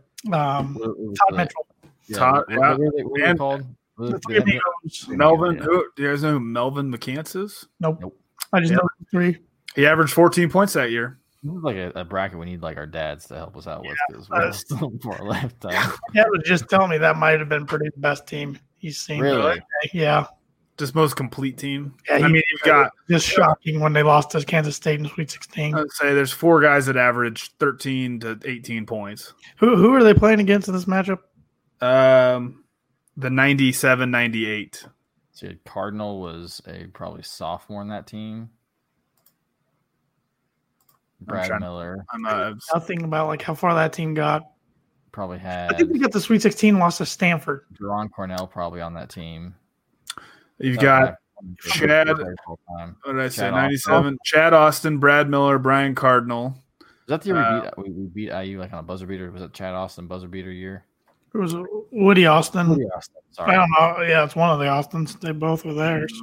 Speaker 1: um,
Speaker 5: What- what was uh,
Speaker 1: Todd
Speaker 5: the-
Speaker 1: Mitchell.
Speaker 5: Yeah,
Speaker 6: Todd-
Speaker 5: what, what
Speaker 6: yeah.
Speaker 5: were they, what were they
Speaker 6: And-
Speaker 5: called? Was
Speaker 1: The
Speaker 5: it-
Speaker 1: three of
Speaker 5: they
Speaker 1: me
Speaker 5: had-
Speaker 1: goes.
Speaker 6: Melvin.
Speaker 5: Yeah.
Speaker 6: Who, do you guys know who Melvin McCants is?
Speaker 1: Nope.
Speaker 5: Nope.
Speaker 1: I just
Speaker 6: Yeah.
Speaker 1: know three.
Speaker 6: He averaged 14 points that year.
Speaker 5: This is like a, a bracket we need like our dads to help us out with because
Speaker 1: uh,
Speaker 5: we're still more left. uh,
Speaker 1: Dad was just telling me that might have been Purdue's best team he's seen.
Speaker 5: Really?
Speaker 1: Yeah.
Speaker 6: Just most complete team.
Speaker 1: Yeah, he-
Speaker 6: I mean, you've got,
Speaker 1: Just shocking when they lost to Kansas State in the Sweet 16.
Speaker 6: I'd say there's four guys that averaged 13 to 18 points.
Speaker 1: Who who are they playing against in this matchup?
Speaker 6: Um, the 97 98.
Speaker 5: So you had Cardinal was a probably sophomore in that team. Brad
Speaker 6: trying-
Speaker 5: Miller
Speaker 6: I'm, uh,
Speaker 1: Nothing about like how far that team got.
Speaker 5: probably
Speaker 1: I
Speaker 5: had
Speaker 1: think they got the Sweet 16 lost to Stanford.
Speaker 5: Jerron Cornell probably on that team.
Speaker 6: you've
Speaker 5: That
Speaker 6: got,
Speaker 5: was back-
Speaker 6: Chad-
Speaker 5: Is
Speaker 6: what did I say?
Speaker 5: Chad
Speaker 6: 97. Chad Austin, Brad Miller, Brian Cardinal.
Speaker 5: that the year
Speaker 6: Uh,
Speaker 5: we, beat, we, we beat IU like on a buzzer beater? Was that Chad Austin buzzer beater year?
Speaker 1: It was Woody Austin.
Speaker 5: Austin.
Speaker 1: I
Speaker 5: Sorry.
Speaker 1: don't know. Yeah, it's one of the Austins. They both were theirs.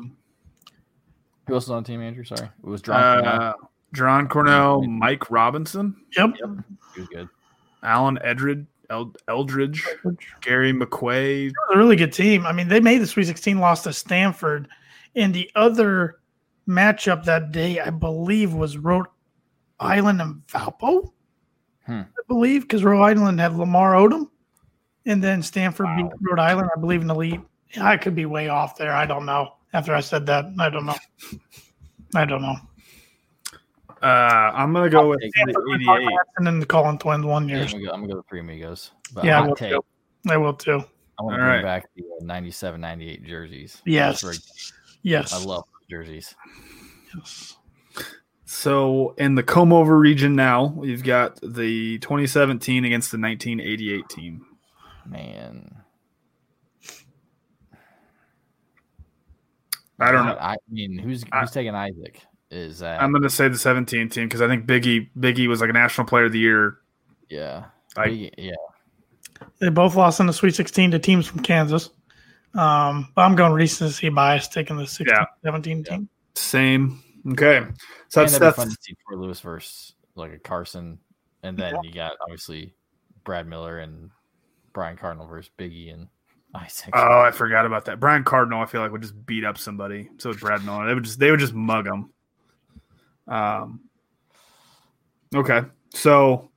Speaker 5: Who else was on the team, Andrew? Sorry. It was Jerron Cornell.
Speaker 6: Uh, John Cornell, Mike Robinson,
Speaker 1: Yep.
Speaker 5: He was good.
Speaker 6: Alan Edred, Eld- Eldridge,
Speaker 1: It was
Speaker 6: Gary McQuay,
Speaker 1: a really good team. I mean, they made the Sweet 16 loss to Stanford. And the other matchup that day, I believe, was Rhode Island and Valpo.
Speaker 5: Hmm.
Speaker 1: I believe, because Rhode Island had Lamar Odom. And then Stanford beat Rhode Island, I believe, in the lead. I could be way off there. I don't know. After I said that, I don't know. I don't know.
Speaker 6: Uh, I'm gonna go with
Speaker 5: take
Speaker 6: the E 88.
Speaker 1: And then the Colin Twins one
Speaker 5: Yeah,
Speaker 1: year.
Speaker 5: I'm gonna go, I'm gonna go with three amigos. But
Speaker 1: Yeah,
Speaker 5: yeah,
Speaker 1: I
Speaker 5: hot
Speaker 1: will
Speaker 5: take.
Speaker 1: too. I will too.
Speaker 5: I want to
Speaker 6: All
Speaker 5: bring
Speaker 6: right.
Speaker 5: back the uh, 97 98 jerseys.
Speaker 1: Yes.
Speaker 5: Those were-
Speaker 1: Yes.
Speaker 5: I love jerseys.
Speaker 1: Yes.
Speaker 6: So in the comb over region now, you've got the 2017 against the 1988 team.
Speaker 5: Man.
Speaker 6: I don't
Speaker 5: God,
Speaker 6: know.
Speaker 5: I mean, who's who's
Speaker 6: I-
Speaker 5: taking Isaac? is that
Speaker 6: I'm gonna say the 17 team because I think Biggie Biggie was like a national player of the year.
Speaker 5: yeah,
Speaker 6: I-
Speaker 5: Big- yeah.
Speaker 1: They both lost in the Sweet 16 to teams from Kansas. Um, but I'm going recency bias, taking the 16,
Speaker 6: Yeah.
Speaker 1: 17 team.
Speaker 6: Same. Okay. So
Speaker 5: And
Speaker 6: that's
Speaker 5: that'd be fun
Speaker 6: that's
Speaker 5: to see Troy Lewis versus like a Carson, and then you got obviously Brad Miller and Brian Cardinal versus Biggie and Isaac.
Speaker 6: oh I forgot about that. Brian Cardinal I feel like would just beat up somebody. So would Brad Miller. They would just they would just mug him. Um. Okay. So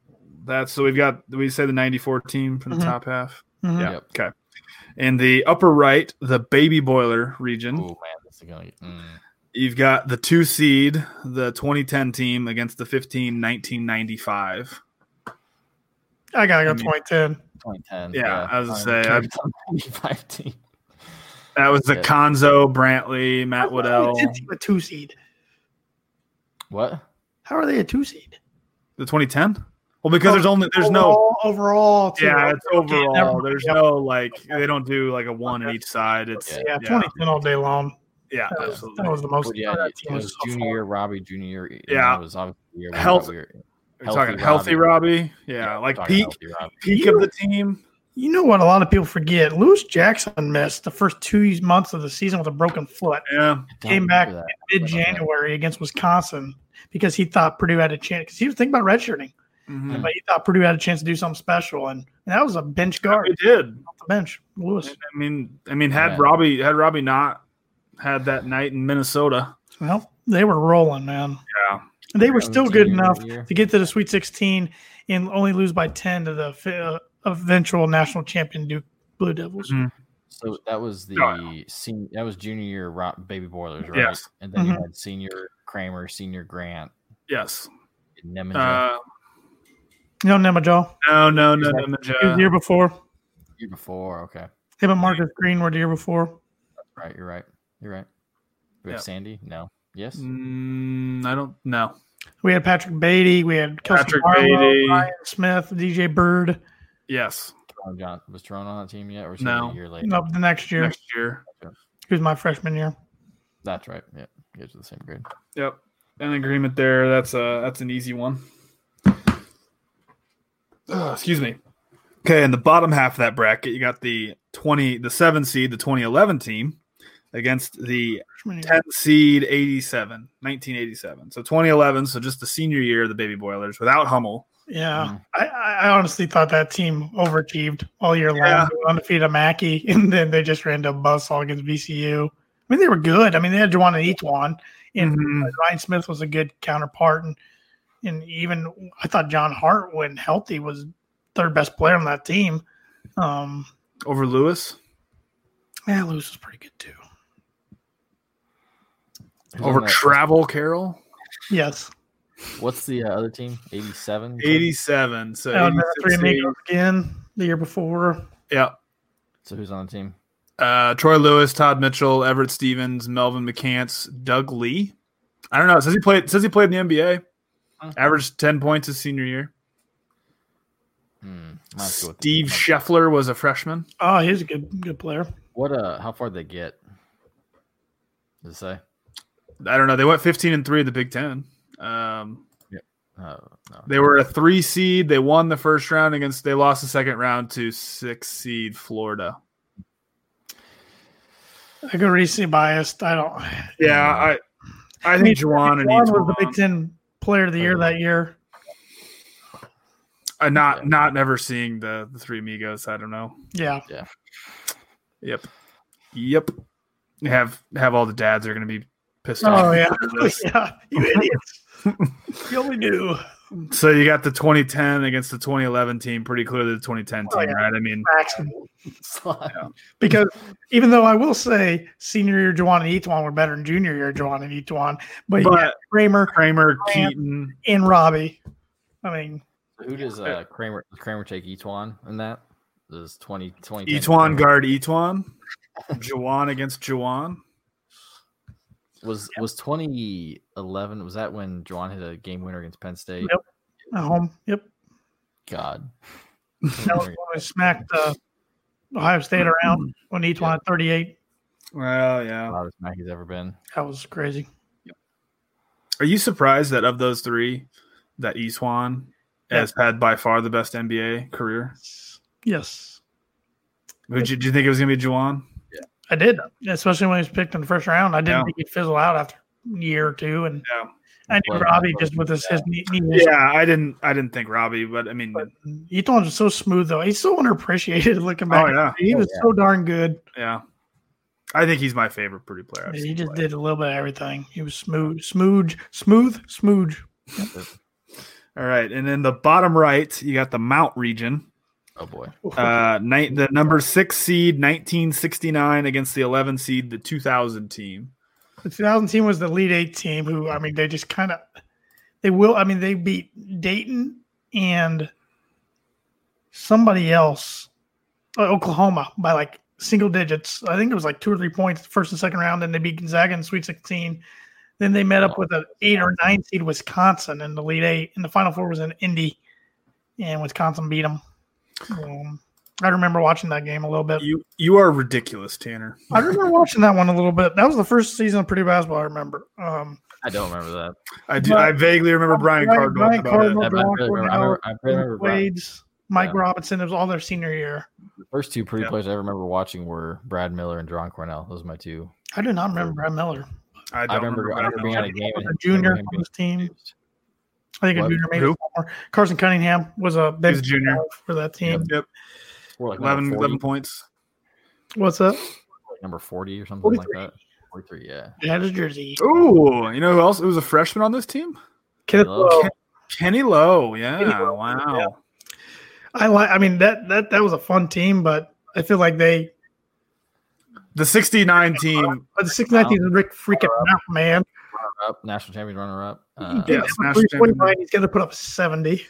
Speaker 6: that's so we've got we say the 94 team from the
Speaker 1: Mhm.
Speaker 5: Mm-hmm.
Speaker 6: top half.
Speaker 1: Mhm.
Speaker 6: Yeah.
Speaker 5: Yep.
Speaker 6: Okay. In the upper right, the baby boiler region.
Speaker 5: Ooh, man, this is gonna. Get, mm.
Speaker 6: You've got the two seed, the 2010 team against the 15 1995.
Speaker 1: I got to go
Speaker 6: I mean-
Speaker 1: 2010.
Speaker 5: 2010.
Speaker 6: Yeah, I
Speaker 5: Um,
Speaker 6: was gonna say, I'd-
Speaker 5: 95 team.
Speaker 6: That was the
Speaker 5: Yeah.
Speaker 6: Conzo, Brantley,
Speaker 1: How
Speaker 6: Matt
Speaker 1: are
Speaker 6: Waddell.
Speaker 1: they a two seed?
Speaker 5: What?
Speaker 1: How are they a two seed?
Speaker 6: The 2010? Well, because there's only there's no
Speaker 1: overall, overall two.
Speaker 6: yeah, it's
Speaker 1: Okay, never
Speaker 6: overall.
Speaker 1: mind.
Speaker 6: There's
Speaker 1: Yep.
Speaker 6: no like they don't do like a one in each side. It's
Speaker 5: Yeah.
Speaker 1: yeah,
Speaker 6: yeah.
Speaker 1: 2010 all day long.
Speaker 6: yeah,
Speaker 1: That was, that
Speaker 6: absolutely.
Speaker 1: was the most.
Speaker 5: But yeah,
Speaker 1: that
Speaker 5: it, it
Speaker 1: team
Speaker 5: was
Speaker 1: so
Speaker 5: junior
Speaker 1: far.
Speaker 5: year, Robbie junior year. and
Speaker 6: Yeah.
Speaker 5: It was obviously the year we
Speaker 6: Health-
Speaker 5: thought we were-
Speaker 6: We're talking
Speaker 5: Healthy
Speaker 6: healthy Robbie. Yeah,
Speaker 5: we're
Speaker 6: like
Speaker 5: talking
Speaker 6: peak
Speaker 5: healthy Robbie.
Speaker 6: peak of the team.
Speaker 1: You know what? A lot of people forget. Lewis Jackson missed the first two months of the season with a broken foot.
Speaker 6: Yeah.
Speaker 5: I don't
Speaker 1: Came
Speaker 5: remember
Speaker 1: back
Speaker 5: that.
Speaker 1: mid January against Wisconsin because he thought Purdue had a chance. Because he was thinking about redshirting,
Speaker 6: Mhm.
Speaker 1: but he thought Purdue had a chance to do something special, and, and that was a bench guard
Speaker 6: It did.
Speaker 1: off the bench, Lewis.
Speaker 6: I mean, I mean, had
Speaker 5: Yeah.
Speaker 6: Robbie had Robbie not had that night in Minnesota,
Speaker 1: Well, they were rolling, man.
Speaker 6: Yeah.
Speaker 1: And they were
Speaker 5: Yeah,
Speaker 1: still
Speaker 5: it's
Speaker 1: good
Speaker 5: junior
Speaker 1: enough
Speaker 5: year.
Speaker 1: to get to the Sweet 16 and only lose by 10 to the fi- uh, eventual national champion Duke Blue Devils.
Speaker 6: Mhm.
Speaker 5: So that was the
Speaker 6: Oh,
Speaker 5: senior. That was junior year. Ro- Baby Boilers, right?
Speaker 6: Yes.
Speaker 5: And then
Speaker 1: Mhm.
Speaker 5: you had senior Kramer, senior Grant,
Speaker 6: yes.
Speaker 5: and Nemanja.
Speaker 6: Uh, Mm-hmm.
Speaker 1: You know, Nema Joe,
Speaker 6: No, no, no, no,
Speaker 1: he was the
Speaker 6: Maja.
Speaker 1: year before.
Speaker 5: the year before. Okay.
Speaker 1: Him and Marcus Green were the year before.
Speaker 5: Right. You're right. You're right. We have
Speaker 6: Yeah.
Speaker 5: Sandy. No. Yes.
Speaker 6: Mm, I don't know.
Speaker 1: We had Patrick Beatty. We had Kelsey
Speaker 6: Patrick
Speaker 1: Barlow,
Speaker 6: Beatty.
Speaker 1: Ryan Smith, DJ Bird.
Speaker 6: Yes,
Speaker 5: Toronto John was Toronto on that team yet, or was
Speaker 6: No.
Speaker 5: he a year later?
Speaker 1: You know, the next year,
Speaker 6: next year.
Speaker 1: he was my freshman year.
Speaker 5: That's right. Yeah. You guys are the same grade.
Speaker 6: Yep, an agreement there. That's a that's an easy one. Ugh, excuse me. Okay, in the bottom half of that bracket, you got the twenty, the seven seed, the twenty eleven team against the
Speaker 1: Freshman year.
Speaker 6: 10 seed 87 1987 so 2011 so just the senior year of the baby boilers without hummel
Speaker 1: Yeah,
Speaker 5: Mhm.
Speaker 1: I, I I honestly thought that team overachieved all year
Speaker 6: Yeah.
Speaker 1: long. They were Undefeated at Mackey, and then they just ran to a buzzsaw against VCU. I mean, they were good. I mean, they had Juwan and Etwan, and uh,
Speaker 6: Mhm.
Speaker 1: Ryan Smith was a good counterpart, and and even I thought John Hart, when healthy, was third best player on that team. Um,
Speaker 6: over lewis
Speaker 1: yeah, Lewis was pretty good too.
Speaker 5: Who's on
Speaker 6: over
Speaker 5: that-
Speaker 6: travel carroll
Speaker 1: Yes,
Speaker 5: What's the uh, other team? 87?
Speaker 6: 87 so
Speaker 1: And, uh,
Speaker 6: 86
Speaker 1: three
Speaker 6: seed.
Speaker 1: amigos again the year before.
Speaker 6: yeah
Speaker 5: So who's on the team?
Speaker 6: Uh, Troy Lewis, Todd Mitchell, Everett Stevens, Melvin McCants, Doug Lee. I don't know. It Says he played. it Says he played in the NBA.
Speaker 5: Huh.
Speaker 6: Averaged ten points his senior year.
Speaker 5: Hmm. Might have to go with the-
Speaker 6: Steve Scheffler was a freshman.
Speaker 1: Oh, he's a good good player.
Speaker 5: What? Uh, how far did they get? Does it say?
Speaker 6: I don't know. They went fifteen and three in the Big Ten. Um,
Speaker 5: Oh, no.
Speaker 6: they were a three seed. They won the first round against. They lost the second round to six seed Florida.
Speaker 1: I go recently biased. I don't.
Speaker 6: Yeah, I. I think Juwan and
Speaker 1: Juwan was the
Speaker 6: Etwan.
Speaker 1: Big Ten Player of the Year that year.
Speaker 6: Uh, not not never seeing the the three amigos. I don't know.
Speaker 1: Yeah,
Speaker 6: Yep. Yep. Have have all the dads are going to be pissed
Speaker 1: Oh,
Speaker 6: off.
Speaker 1: yeah.
Speaker 6: after this.
Speaker 1: yeah. You idiots! you only knew.
Speaker 6: So you got the 2010 against the 2011 team, pretty clearly the 2010 team,
Speaker 1: Oh, yeah.
Speaker 6: right? I mean,
Speaker 1: Because even though I will say senior year Juwan and Etwan were better than junior year Juwan and Etwan, but, you
Speaker 6: But-
Speaker 1: got Kramer
Speaker 6: Kramer,
Speaker 1: Yeah.
Speaker 6: Keaton,
Speaker 1: and Robbie. I mean,
Speaker 5: Who does uh, Kramer? Does Kramer take Etwan in that? Does 20, 20
Speaker 6: Etwan guard Etwan, Jawan against Jawan.
Speaker 5: was was twenty eleven? Was that when Juwan hit a game winner against Penn State?
Speaker 1: Yep. at home, yep,
Speaker 5: God.
Speaker 1: that was when we smacked uh, Ohio State around
Speaker 6: Mm-hmm.
Speaker 1: when Etwan had 38.
Speaker 6: Well, yeah.
Speaker 5: Loudest Mac he's ever been.
Speaker 1: That was crazy.
Speaker 6: Are you surprised that of those three, that Iswan
Speaker 1: Yeah.
Speaker 6: has had by far the best NBA career?
Speaker 1: Yes,
Speaker 6: Would you, do you think it was going to be Juwan?
Speaker 1: I did. Especially when he was picked in the first round, I didn't
Speaker 6: Yeah.
Speaker 1: think he'd fizzle out after a year or two. And
Speaker 6: Yeah.
Speaker 1: I knew
Speaker 5: Well,
Speaker 1: Robbie
Speaker 5: well,
Speaker 1: just with his, his knee, knee issue.
Speaker 6: Yeah, I didn't. I didn't think Robbie, but I mean,
Speaker 1: But Eton was so smooth though. He's so underappreciated looking back.
Speaker 6: Oh, yeah.
Speaker 1: He was so darn good.
Speaker 6: yeah, I think he's my favorite Purdue player. I've
Speaker 1: He
Speaker 6: seen
Speaker 1: just
Speaker 6: play.
Speaker 1: did a little bit of everything. He was smooth, smooth, smooth, smooth.
Speaker 6: All right, and then the bottom right, you got the Mount region.
Speaker 5: Oh boy.
Speaker 6: Uh, ni- the number six seed, 1969, against the 11 seed, the 2000 team.
Speaker 1: The 2000 team was the lead eight team who, I mean, they just kind of, they will, I mean, they beat Dayton and somebody else, uh, Oklahoma, by like single digits. I think it was like two or three points first and second round. Then they beat Gonzaga in Sweet 16. Then they met up with an eight or nine seed Wisconsin in the lead eight. And the final four was in Indy, and Wisconsin beat them. Um, I remember watching that game a little bit.
Speaker 6: You you are ridiculous, Tanner.
Speaker 1: I remember watching that one a little bit. That was the first season of Purdue basketball I remember. Um,
Speaker 5: I don't remember that.
Speaker 6: I do.
Speaker 1: But-
Speaker 6: I vaguely remember Brian
Speaker 1: Brian-
Speaker 6: Cardinal.
Speaker 1: Brian
Speaker 6: about
Speaker 1: Cardinal.
Speaker 6: it.
Speaker 5: Yeah, but I really
Speaker 1: Blanco,
Speaker 5: remember, I remember, I remember Brad-
Speaker 1: Wades, Mike
Speaker 5: Yeah.
Speaker 1: Robinson. It was all their senior year.
Speaker 5: the first two pretty
Speaker 6: Yeah.
Speaker 5: plays I remember watching were Brad Miller and John Cornell. Those are my two.
Speaker 1: I do not remember Brad Miller.
Speaker 6: I, don't
Speaker 5: I remember, I remember being
Speaker 6: Brian
Speaker 5: at a game.
Speaker 1: was
Speaker 5: and
Speaker 1: a junior
Speaker 5: him
Speaker 1: on
Speaker 5: being
Speaker 1: this team.
Speaker 5: confused.
Speaker 1: I think a
Speaker 5: What?
Speaker 1: junior maybe
Speaker 6: Who?
Speaker 1: sophomore. Carson Cunningham was a big
Speaker 6: He's a junior.
Speaker 1: for that team.
Speaker 6: Yep,
Speaker 5: Scored like number
Speaker 6: 11,
Speaker 5: 40,
Speaker 6: 11 points.
Speaker 1: What's up?
Speaker 5: number 40 or something like that. 43, yeah.
Speaker 1: He had his jersey.
Speaker 6: Ooh, you know who else? It was a freshman on this team.
Speaker 1: Kenneth
Speaker 5: Hello?
Speaker 1: Lowe.
Speaker 6: Kenny Lowe. Yeah.
Speaker 1: Kenny Lowe,
Speaker 6: Wow.
Speaker 1: yeah. I like. I mean that that that was a fun team, but I feel like they.
Speaker 6: The 69 team.
Speaker 1: But the 69 team is Rick freaking out, man.
Speaker 5: Up, national champion runner up. Uh,
Speaker 6: Yeah. smash them.
Speaker 1: 329, he's going to put up 70.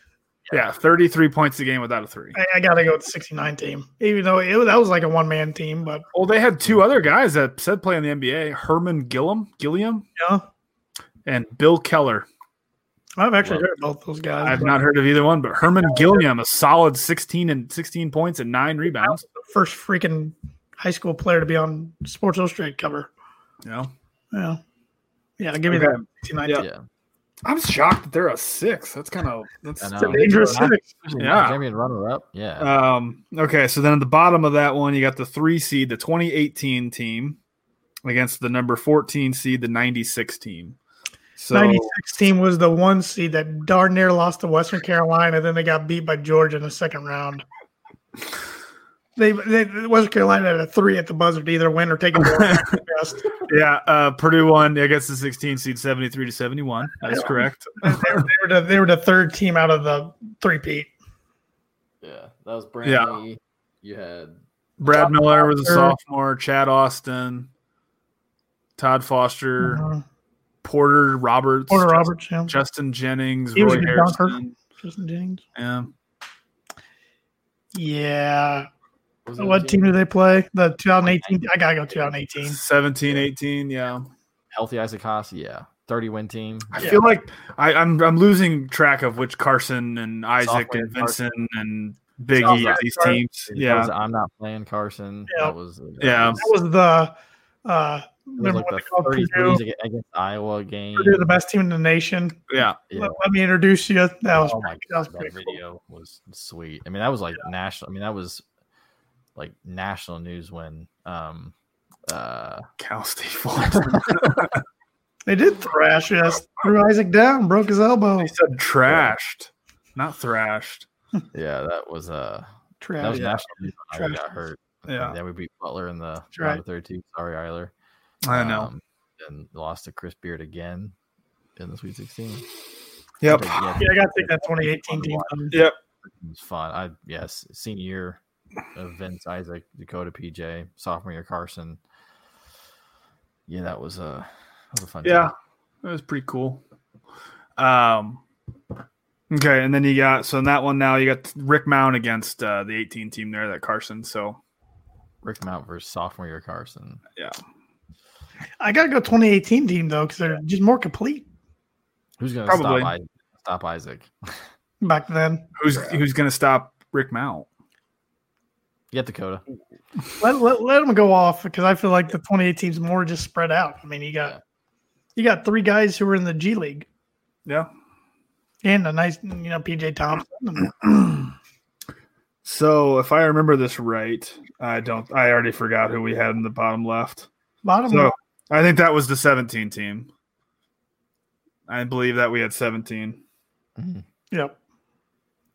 Speaker 6: Yeah. 33 points a game without a three.
Speaker 1: I, I got to go with the 69 team, even though it, that was like a one man team, but
Speaker 6: Well, they had two other guys that said play in the NBA Herman Gillum, Gilliam
Speaker 1: you know,
Speaker 6: and Bill Keller.
Speaker 1: I've actually
Speaker 5: Love it.
Speaker 1: heard both those guys.
Speaker 6: I've not heard of either one, but Herman Gilliam, a solid 16 and 16 points and nine rebounds.
Speaker 1: first freaking high school player to be on Sports Illustrated cover.
Speaker 6: You know,
Speaker 1: Yeah, yeah, give me
Speaker 6: Okay.
Speaker 1: that. 69.
Speaker 6: Yeah.
Speaker 5: yeah.
Speaker 6: I'm shocked that they're a six. That's kind of that's
Speaker 5: I know.
Speaker 1: It's a dangerous
Speaker 5: Yeah.
Speaker 1: six. Uh,
Speaker 6: Yeah.
Speaker 5: Champion runner up. Yeah.
Speaker 6: um okay. So then at the bottom of that one, you got the three seed, the 2018 team, against the number 14 seed, the 96 team. So
Speaker 1: 96 team was the one seed that darn near lost to Western Carolina. Then they got beat by Georgia in the second round. They, they Western Carolina had a three at the buzzer to either win or take a more best.
Speaker 6: yeah, uh, Purdue won against the 16 seed, 73 to 71. That's correct.
Speaker 1: They were, they, were the, they were the third team out of the three peat.
Speaker 5: yeah. That was
Speaker 6: Yeah.
Speaker 5: Brandy. You had
Speaker 6: Brad Miller was a
Speaker 1: Foster.
Speaker 6: sophomore. Chad Austin, Todd Foster, Porter Roberts,
Speaker 1: Uh-huh. Porter
Speaker 6: Justin-
Speaker 1: Roberts, yeah.
Speaker 6: Justin Jennings,
Speaker 1: He was
Speaker 6: Roy
Speaker 1: a good
Speaker 6: Harrison.
Speaker 1: dunker. Justin Jennings.
Speaker 6: Yeah.
Speaker 1: Yeah.
Speaker 5: was it
Speaker 1: What
Speaker 5: a
Speaker 1: team
Speaker 5: game?
Speaker 1: do they play? The 2018. I gotta go 2018.
Speaker 6: 17, 18. Yeah.
Speaker 5: Healthy Isaac Haas. Yeah. 30 win team.
Speaker 6: I
Speaker 1: Yeah.
Speaker 6: feel like I, I'm I'm losing track of which Carson and Isaac
Speaker 5: Sophomore
Speaker 6: and
Speaker 5: Carson.
Speaker 6: Vincent and
Speaker 1: Sophomore
Speaker 6: Biggie are these
Speaker 1: Carson.
Speaker 6: teams.
Speaker 5: That
Speaker 6: Yeah.
Speaker 5: was I'm not playing Carson.
Speaker 1: Yeah.
Speaker 5: That was
Speaker 6: Yeah.
Speaker 5: That was,
Speaker 1: That was the uh,
Speaker 5: it was
Speaker 1: remember what
Speaker 5: like the
Speaker 1: they called
Speaker 5: 30s
Speaker 1: Purdue.
Speaker 5: against, against Iowa game.
Speaker 1: Purdue, the best team in the nation.
Speaker 6: Yeah.
Speaker 5: Yeah.
Speaker 1: Let, let me introduce you. That was
Speaker 5: oh my
Speaker 1: that was
Speaker 5: god, that
Speaker 1: pretty cool.
Speaker 5: video was sweet. I mean, that was like national. I mean, that was like national news when um uh
Speaker 6: Cal State Fullerton.
Speaker 1: They did thrash us. Threw Isaac down, broke his elbow.
Speaker 6: they said trashed, not thrashed.
Speaker 5: yeah, that was uh that
Speaker 1: Trash.
Speaker 5: was national news when Iowa
Speaker 1: Trash.
Speaker 5: got hurt.
Speaker 6: Yeah.
Speaker 5: Then we beat Butler in the
Speaker 1: That's
Speaker 5: round
Speaker 1: right.
Speaker 5: of 32. Sorry, Eiler.
Speaker 6: I know.
Speaker 5: Um, and lost to Chris Beard again in the Sweet 16.
Speaker 6: yep.
Speaker 5: Yeah,
Speaker 1: Yeah, I gotta take that 2018 team.
Speaker 6: Yep.
Speaker 5: It was fun. I yes, senior year of Vince Isaac, Dakota PJ, sophomore year Carson. Yeah, that was a that was a fun.
Speaker 6: Yeah.
Speaker 5: time.
Speaker 6: That was pretty cool. Um Okay, and then you got so in that one now you got Rick Mount against uh, the 18 team there that Carson. So
Speaker 5: Rick Mount versus sophomore year Carson.
Speaker 1: I gotta go 2018 team though because they're just more complete
Speaker 5: Who's gonna
Speaker 6: Probably.
Speaker 5: stop Isaac? Stop Isaac.
Speaker 1: back then.
Speaker 6: who's who's going to stop Rick Mount?
Speaker 5: Get Dakota.
Speaker 1: Let, let, let them go off because I feel like the 2018 is more just spread out. I mean, you got You got three guys who were in the G League
Speaker 6: Yeah.
Speaker 1: and a nice, you know, PJ Thompson.
Speaker 6: So if I remember this right, I don't. I already forgot who we had in the bottom left.
Speaker 1: Bottom
Speaker 6: So
Speaker 1: line,
Speaker 6: I think that was the 17 team. I believe that we had 17.
Speaker 1: Yep.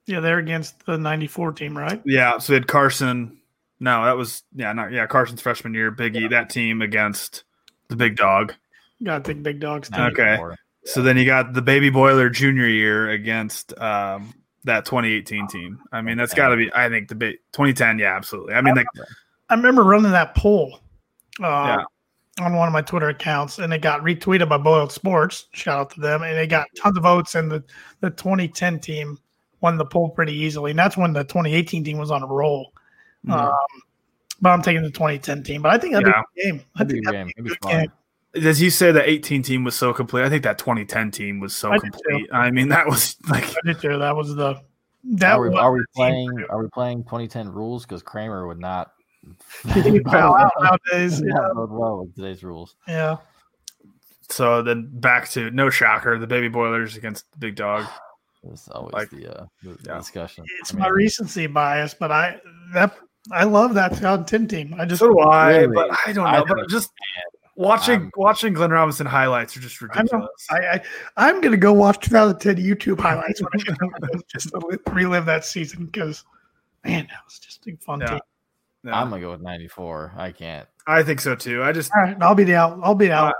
Speaker 1: Yeah, they're against the 94 team, right?
Speaker 6: Yeah. So we had Carson. No, that was yeah. Not yeah. Carson's freshman year, Biggie. That team against the big dog.
Speaker 1: Got to think big dogs. Team.
Speaker 6: Okay.
Speaker 5: 94.
Speaker 6: So then you got the baby boiler junior year against um, that 2018 team. I mean, that's got to be. I think the big 2010. Yeah, absolutely. I mean, like
Speaker 1: I remember running that poll uh,
Speaker 6: Yeah.
Speaker 1: on one of my Twitter accounts, and it got retweeted by Boiled Sports. Shout out to them. And it got tons of votes, and the, the 2010 team won the poll pretty easily. And that's when the 2018 team was on a roll.
Speaker 5: Mm-hmm.
Speaker 1: Um, but I'm taking the 2010 team. But I think that'd
Speaker 6: Yeah.
Speaker 1: be a good game. I
Speaker 5: That'd be
Speaker 1: think
Speaker 5: a
Speaker 1: that'd
Speaker 5: game.
Speaker 1: be a
Speaker 5: It'd be
Speaker 1: good
Speaker 5: fun.
Speaker 1: game.
Speaker 6: as you say, the 18 team was so complete. I think that 2010 team was so
Speaker 1: I did too.
Speaker 6: complete. I mean, that was like
Speaker 1: I did too. That was the that
Speaker 5: Are we,
Speaker 1: was
Speaker 5: are we
Speaker 1: the team
Speaker 5: playing?
Speaker 1: for you.
Speaker 5: Are we playing 2010 rules? Because Kramer would not.
Speaker 1: He fell out nowadays.
Speaker 5: Does
Speaker 1: Yeah.
Speaker 5: not bode well with today's rules.
Speaker 1: yeah.
Speaker 6: so. Then back to no shocker, the baby boilers against the big dog.
Speaker 5: It's always
Speaker 6: Like,
Speaker 5: the, uh, the the
Speaker 6: yeah.
Speaker 5: discussion.
Speaker 1: It's
Speaker 5: I
Speaker 1: my
Speaker 5: mean,
Speaker 1: recency bias, but I that I love that 2010 team. I just
Speaker 6: So do I,
Speaker 5: Really?
Speaker 6: but I don't
Speaker 5: I
Speaker 6: know.
Speaker 5: don't
Speaker 6: But just watching
Speaker 5: I'm-
Speaker 6: watching Glenn Robinson highlights are just
Speaker 1: I
Speaker 6: ridiculous.
Speaker 1: know. I, I I'm gonna go watch 2010 YouTube highlights when I get home just to li- relive that season because man, that was just a fun
Speaker 6: Yeah.
Speaker 1: team.
Speaker 6: Yeah,
Speaker 5: I'm gonna go with 94. I can't.
Speaker 6: I think so too. I just
Speaker 1: All right, I'll be the out. I'll be the out.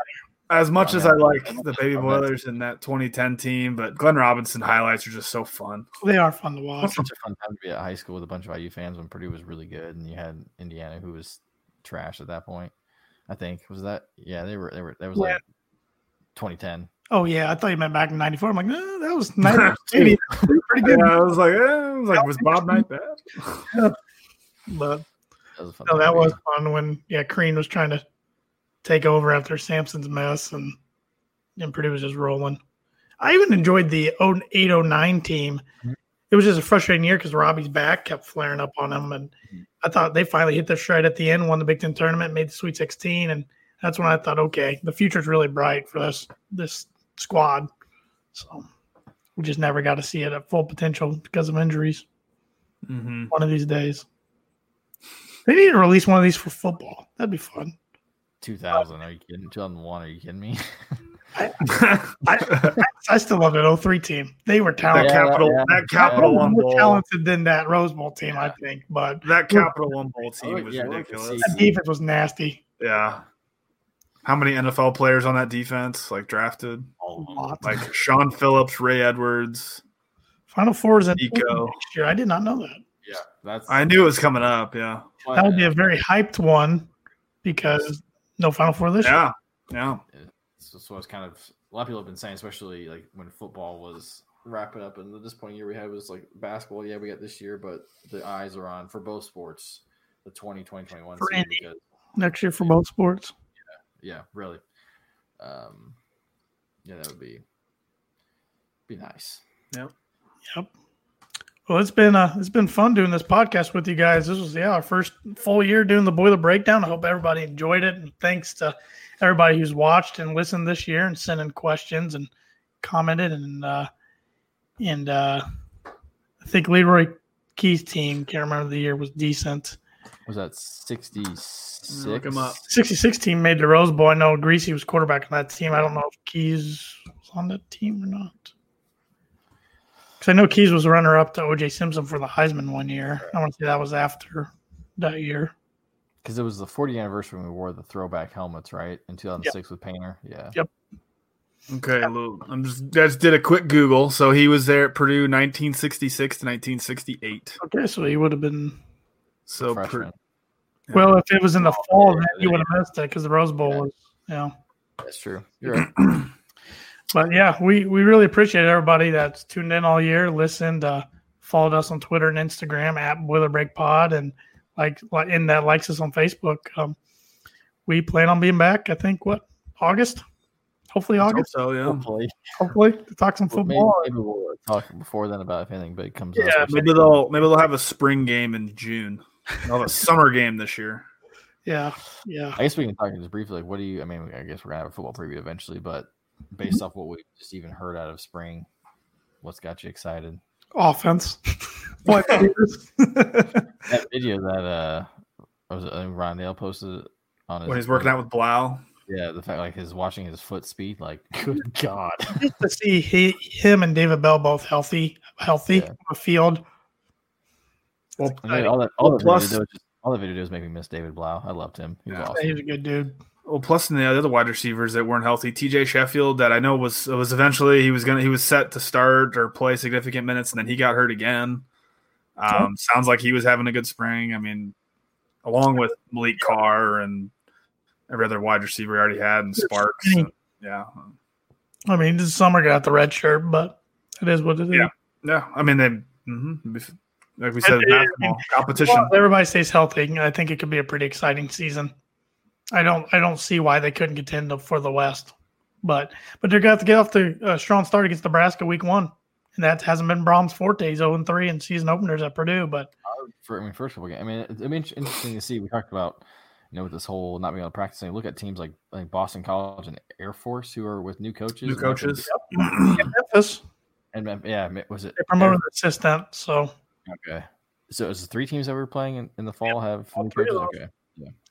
Speaker 6: as much
Speaker 5: I'm
Speaker 6: as I
Speaker 5: not-
Speaker 6: like
Speaker 5: Oh, I'm
Speaker 6: the
Speaker 5: not-
Speaker 6: baby
Speaker 5: I'm not-
Speaker 6: boilers and that 2010 team, but Glenn Robinson highlights are just so fun.
Speaker 1: They are fun to
Speaker 5: It was
Speaker 1: watch.
Speaker 5: such a fun time to be at high school with a bunch of IU fans when Purdue was really good, and you had Indiana who was trash at that point. I think was that. Yeah, they were. They were. That was
Speaker 1: Yeah.
Speaker 5: like 2010.
Speaker 1: Oh yeah, I thought you meant back in '94. I'm like, eh, that was nice. Maybe they were pretty
Speaker 6: Yeah,
Speaker 1: good.
Speaker 6: I was like, eh, I was like, was Bob Knight bad?
Speaker 1: But
Speaker 5: That was a fun.
Speaker 1: no,
Speaker 5: time to
Speaker 1: that
Speaker 5: be
Speaker 1: was
Speaker 5: at.
Speaker 1: fun when yeah, Crean was trying to take over after Sampson's mess and and Purdue was just rolling. I even enjoyed the oh, 809 team. It was just a frustrating year because Robbie's back kept flaring up on him, and I thought they finally hit their stride at the end, won the Big Ten tournament, made the Sweet 16, and that's when I thought, okay, the future's really bright for this this squad. So we just never got to see it at full potential because of injuries
Speaker 6: Mm-hmm.
Speaker 1: one of these days. They need to release one of these for football. That'd be fun.
Speaker 5: 2000. Are you kidding? 2001. Are you kidding me?
Speaker 1: I, I still love that 03 team. They were
Speaker 6: That
Speaker 1: talented.
Speaker 5: oh, Yeah,
Speaker 6: capital,
Speaker 5: yeah.
Speaker 6: that capital
Speaker 5: Yeah.
Speaker 6: one
Speaker 1: more
Speaker 6: bowl,
Speaker 1: talented than that Rose Bowl team, I think. But
Speaker 6: that capital one bowl team
Speaker 5: Look,
Speaker 6: was
Speaker 5: Oh, yeah, look,
Speaker 6: ridiculous.
Speaker 5: see.
Speaker 1: that defense was nasty.
Speaker 6: Yeah. How many NFL players on that defense like drafted?
Speaker 1: Lots.
Speaker 6: Like Sean Phillips, Ray Edwards.
Speaker 1: Final four is in
Speaker 6: Nico.
Speaker 1: next year. I did not know that.
Speaker 5: Yeah, that's.
Speaker 6: I knew it was coming up. Yeah.
Speaker 1: That would be a very hyped one because no Final Four this year.
Speaker 6: Yeah. Yeah.
Speaker 5: so, so it's kind of a lot of people have been saying, especially like when football was wrapping up, and the disappointing year we had was like basketball. Yeah, we got this year, but the eyes are on for both sports, the 20, 2021
Speaker 1: For
Speaker 5: season.
Speaker 1: any-
Speaker 5: Because,
Speaker 1: Next year for both sports.
Speaker 5: yeah, really. Um, yeah, that would be be nice.
Speaker 1: Yep. Well, it's been uh, it's been fun doing this podcast with you guys. This was yeah our first full year doing the boiler breakdown. I hope everybody enjoyed it, and thanks to everybody who's watched and listened this year and sent in questions and commented and uh, and uh, I think Leroy Key's team can't remember the year was decent.
Speaker 5: Was that 66?
Speaker 6: Look 'em up.
Speaker 1: Sixty six team made the Rose Bowl. I know Greasy was quarterback on that team. I don't know if Keys was on that team or not. Because I know Keys was runner up to OJ Simpson for the Heisman one year. I want to say that was after that year.
Speaker 5: Because it was the 40th anniversary when we wore the throwback helmets, right? In 2006 with Painter. Yeah.
Speaker 6: Okay. Lou, I'm just, I just did a quick Google. So he was there at Purdue 1966 to 1968.
Speaker 1: Okay, so he would have been.
Speaker 6: So Pur-
Speaker 5: Freshman.
Speaker 6: yeah.
Speaker 1: Well, if it was in the fall, then he
Speaker 5: Oh, yeah.
Speaker 1: would have missed it because the Rose Bowl
Speaker 5: Yeah.
Speaker 1: was. Yeah.
Speaker 5: That's true. You're right.
Speaker 1: But yeah, we we really appreciate everybody that's tuned in all year, listened, uh, followed us on Twitter and Instagram at Boiler Break Pod, and like like- and that likes us on Facebook. Um, we plan on being back. I think what August, hopefully
Speaker 6: I hope
Speaker 1: August,
Speaker 6: so, yeah.
Speaker 5: Hopefully.
Speaker 1: hopefully to talk some
Speaker 5: Well,
Speaker 1: football.
Speaker 5: Maybe, maybe we'll talk before then about if anything big comes
Speaker 1: Yeah,
Speaker 5: up.
Speaker 6: Maybe they'll maybe they'll have a spring game in June. They'll have a summer game this year.
Speaker 1: Yeah, yeah.
Speaker 5: I guess we can talk just briefly. Like, what do you? I mean, I guess we're gonna have a football preview eventually, but based
Speaker 6: Mm-hmm.
Speaker 5: off what we just even heard out of spring, what's got you excited?
Speaker 1: Offense. Boy,
Speaker 5: That video that uh, was it, I think Rondale posted on his
Speaker 6: when he's working out with Blau.
Speaker 5: Yeah, the fact like his watching his foot speed, like good god.
Speaker 1: just to see he, him and David Bell both healthy, healthy
Speaker 5: Yeah.
Speaker 1: on the field.
Speaker 6: Well,
Speaker 5: I mean, all that all
Speaker 6: Well,
Speaker 5: the video
Speaker 6: plus-
Speaker 5: does just- all the video does make me miss David Blau. I loved him. He was
Speaker 6: Yeah.
Speaker 5: awesome.
Speaker 1: He's a good dude.
Speaker 6: Well, plus in the other wide receivers that weren't healthy, T.J. Sheffield, that I know was was eventually he was gonna he was set to start or play significant minutes, and then he got hurt again. Um, sounds like he was having a good spring. I mean, along with Malik Carr and every other wide receiver we already had, and Sparks. so, yeah,
Speaker 1: I mean, this summer got the red shirt, but it is what it is.
Speaker 6: Yeah. yeah. I mean, they mhm. like we said,
Speaker 1: And-
Speaker 6: basketball competition.
Speaker 1: Well, if everybody stays healthy. and I think it could be a pretty exciting season. I don't, I don't see why they couldn't contend for the West, but but they're going to have to get off the uh, strong start against Nebraska week one, and that hasn't been Brahms' forte. He's zero and three in season openers at Purdue, but
Speaker 5: for I mean first of all, I mean it- it'd be inter- interesting to see. We talked about you know with this whole not being able to practice thing. Look at teams like I think Boston College and Air Force who are with new coaches.
Speaker 6: new
Speaker 5: and not gonna
Speaker 1: yeah, Memphis
Speaker 6: coaches.
Speaker 5: be- And, and yeah, ma- was it
Speaker 1: they promoted an assistant, so
Speaker 5: Okay, so is the three teams that we were playing in, in the fall have
Speaker 1: all
Speaker 5: new
Speaker 1: three of
Speaker 5: coaches?
Speaker 1: those.
Speaker 5: Okay,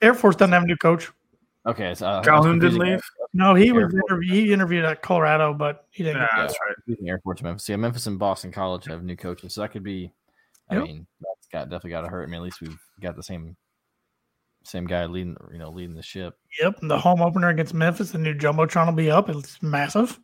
Speaker 1: Air Force doesn't have a new coach.
Speaker 5: okay. So, uh,
Speaker 6: Calhoun didn't leave.
Speaker 1: No, he
Speaker 5: Air
Speaker 1: was
Speaker 5: Force.
Speaker 1: interview, he interviewed at Colorado, but he didn't.
Speaker 6: Yeah,
Speaker 1: get
Speaker 6: that's right.
Speaker 5: Air Force to Memphis. Yeah, Memphis and Boston College have new coaches, so that could be. I
Speaker 1: Yep.
Speaker 5: mean, that's got definitely got to hurt. I mean, at least we've got the same same guy leading, you know, leading the ship.
Speaker 1: Yep, and the home opener against Memphis, the new jumbotron will be up. It's massive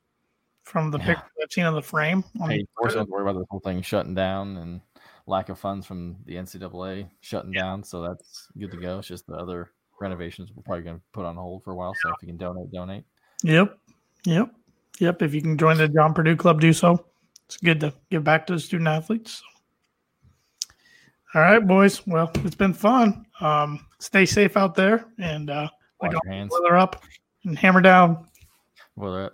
Speaker 1: from the
Speaker 5: Yeah.
Speaker 1: picture I've seen of the frame. Um, on-
Speaker 5: Hey, we're still worried about the whole thing shutting down and lack of funds from the NCAA shutting down. So that's good to go. It's just the other renovations we're probably going to put on hold for a while. So if you can donate, donate.
Speaker 1: Yep, yep, yep. If you can join the John Purdue Club, do so. It's good to give back to the student athletes. All right, boys. Well, it's been fun. Um, stay safe out there, and uh,
Speaker 5: Wash
Speaker 1: like
Speaker 5: your hands.
Speaker 1: weather up and hammer down.
Speaker 5: Well,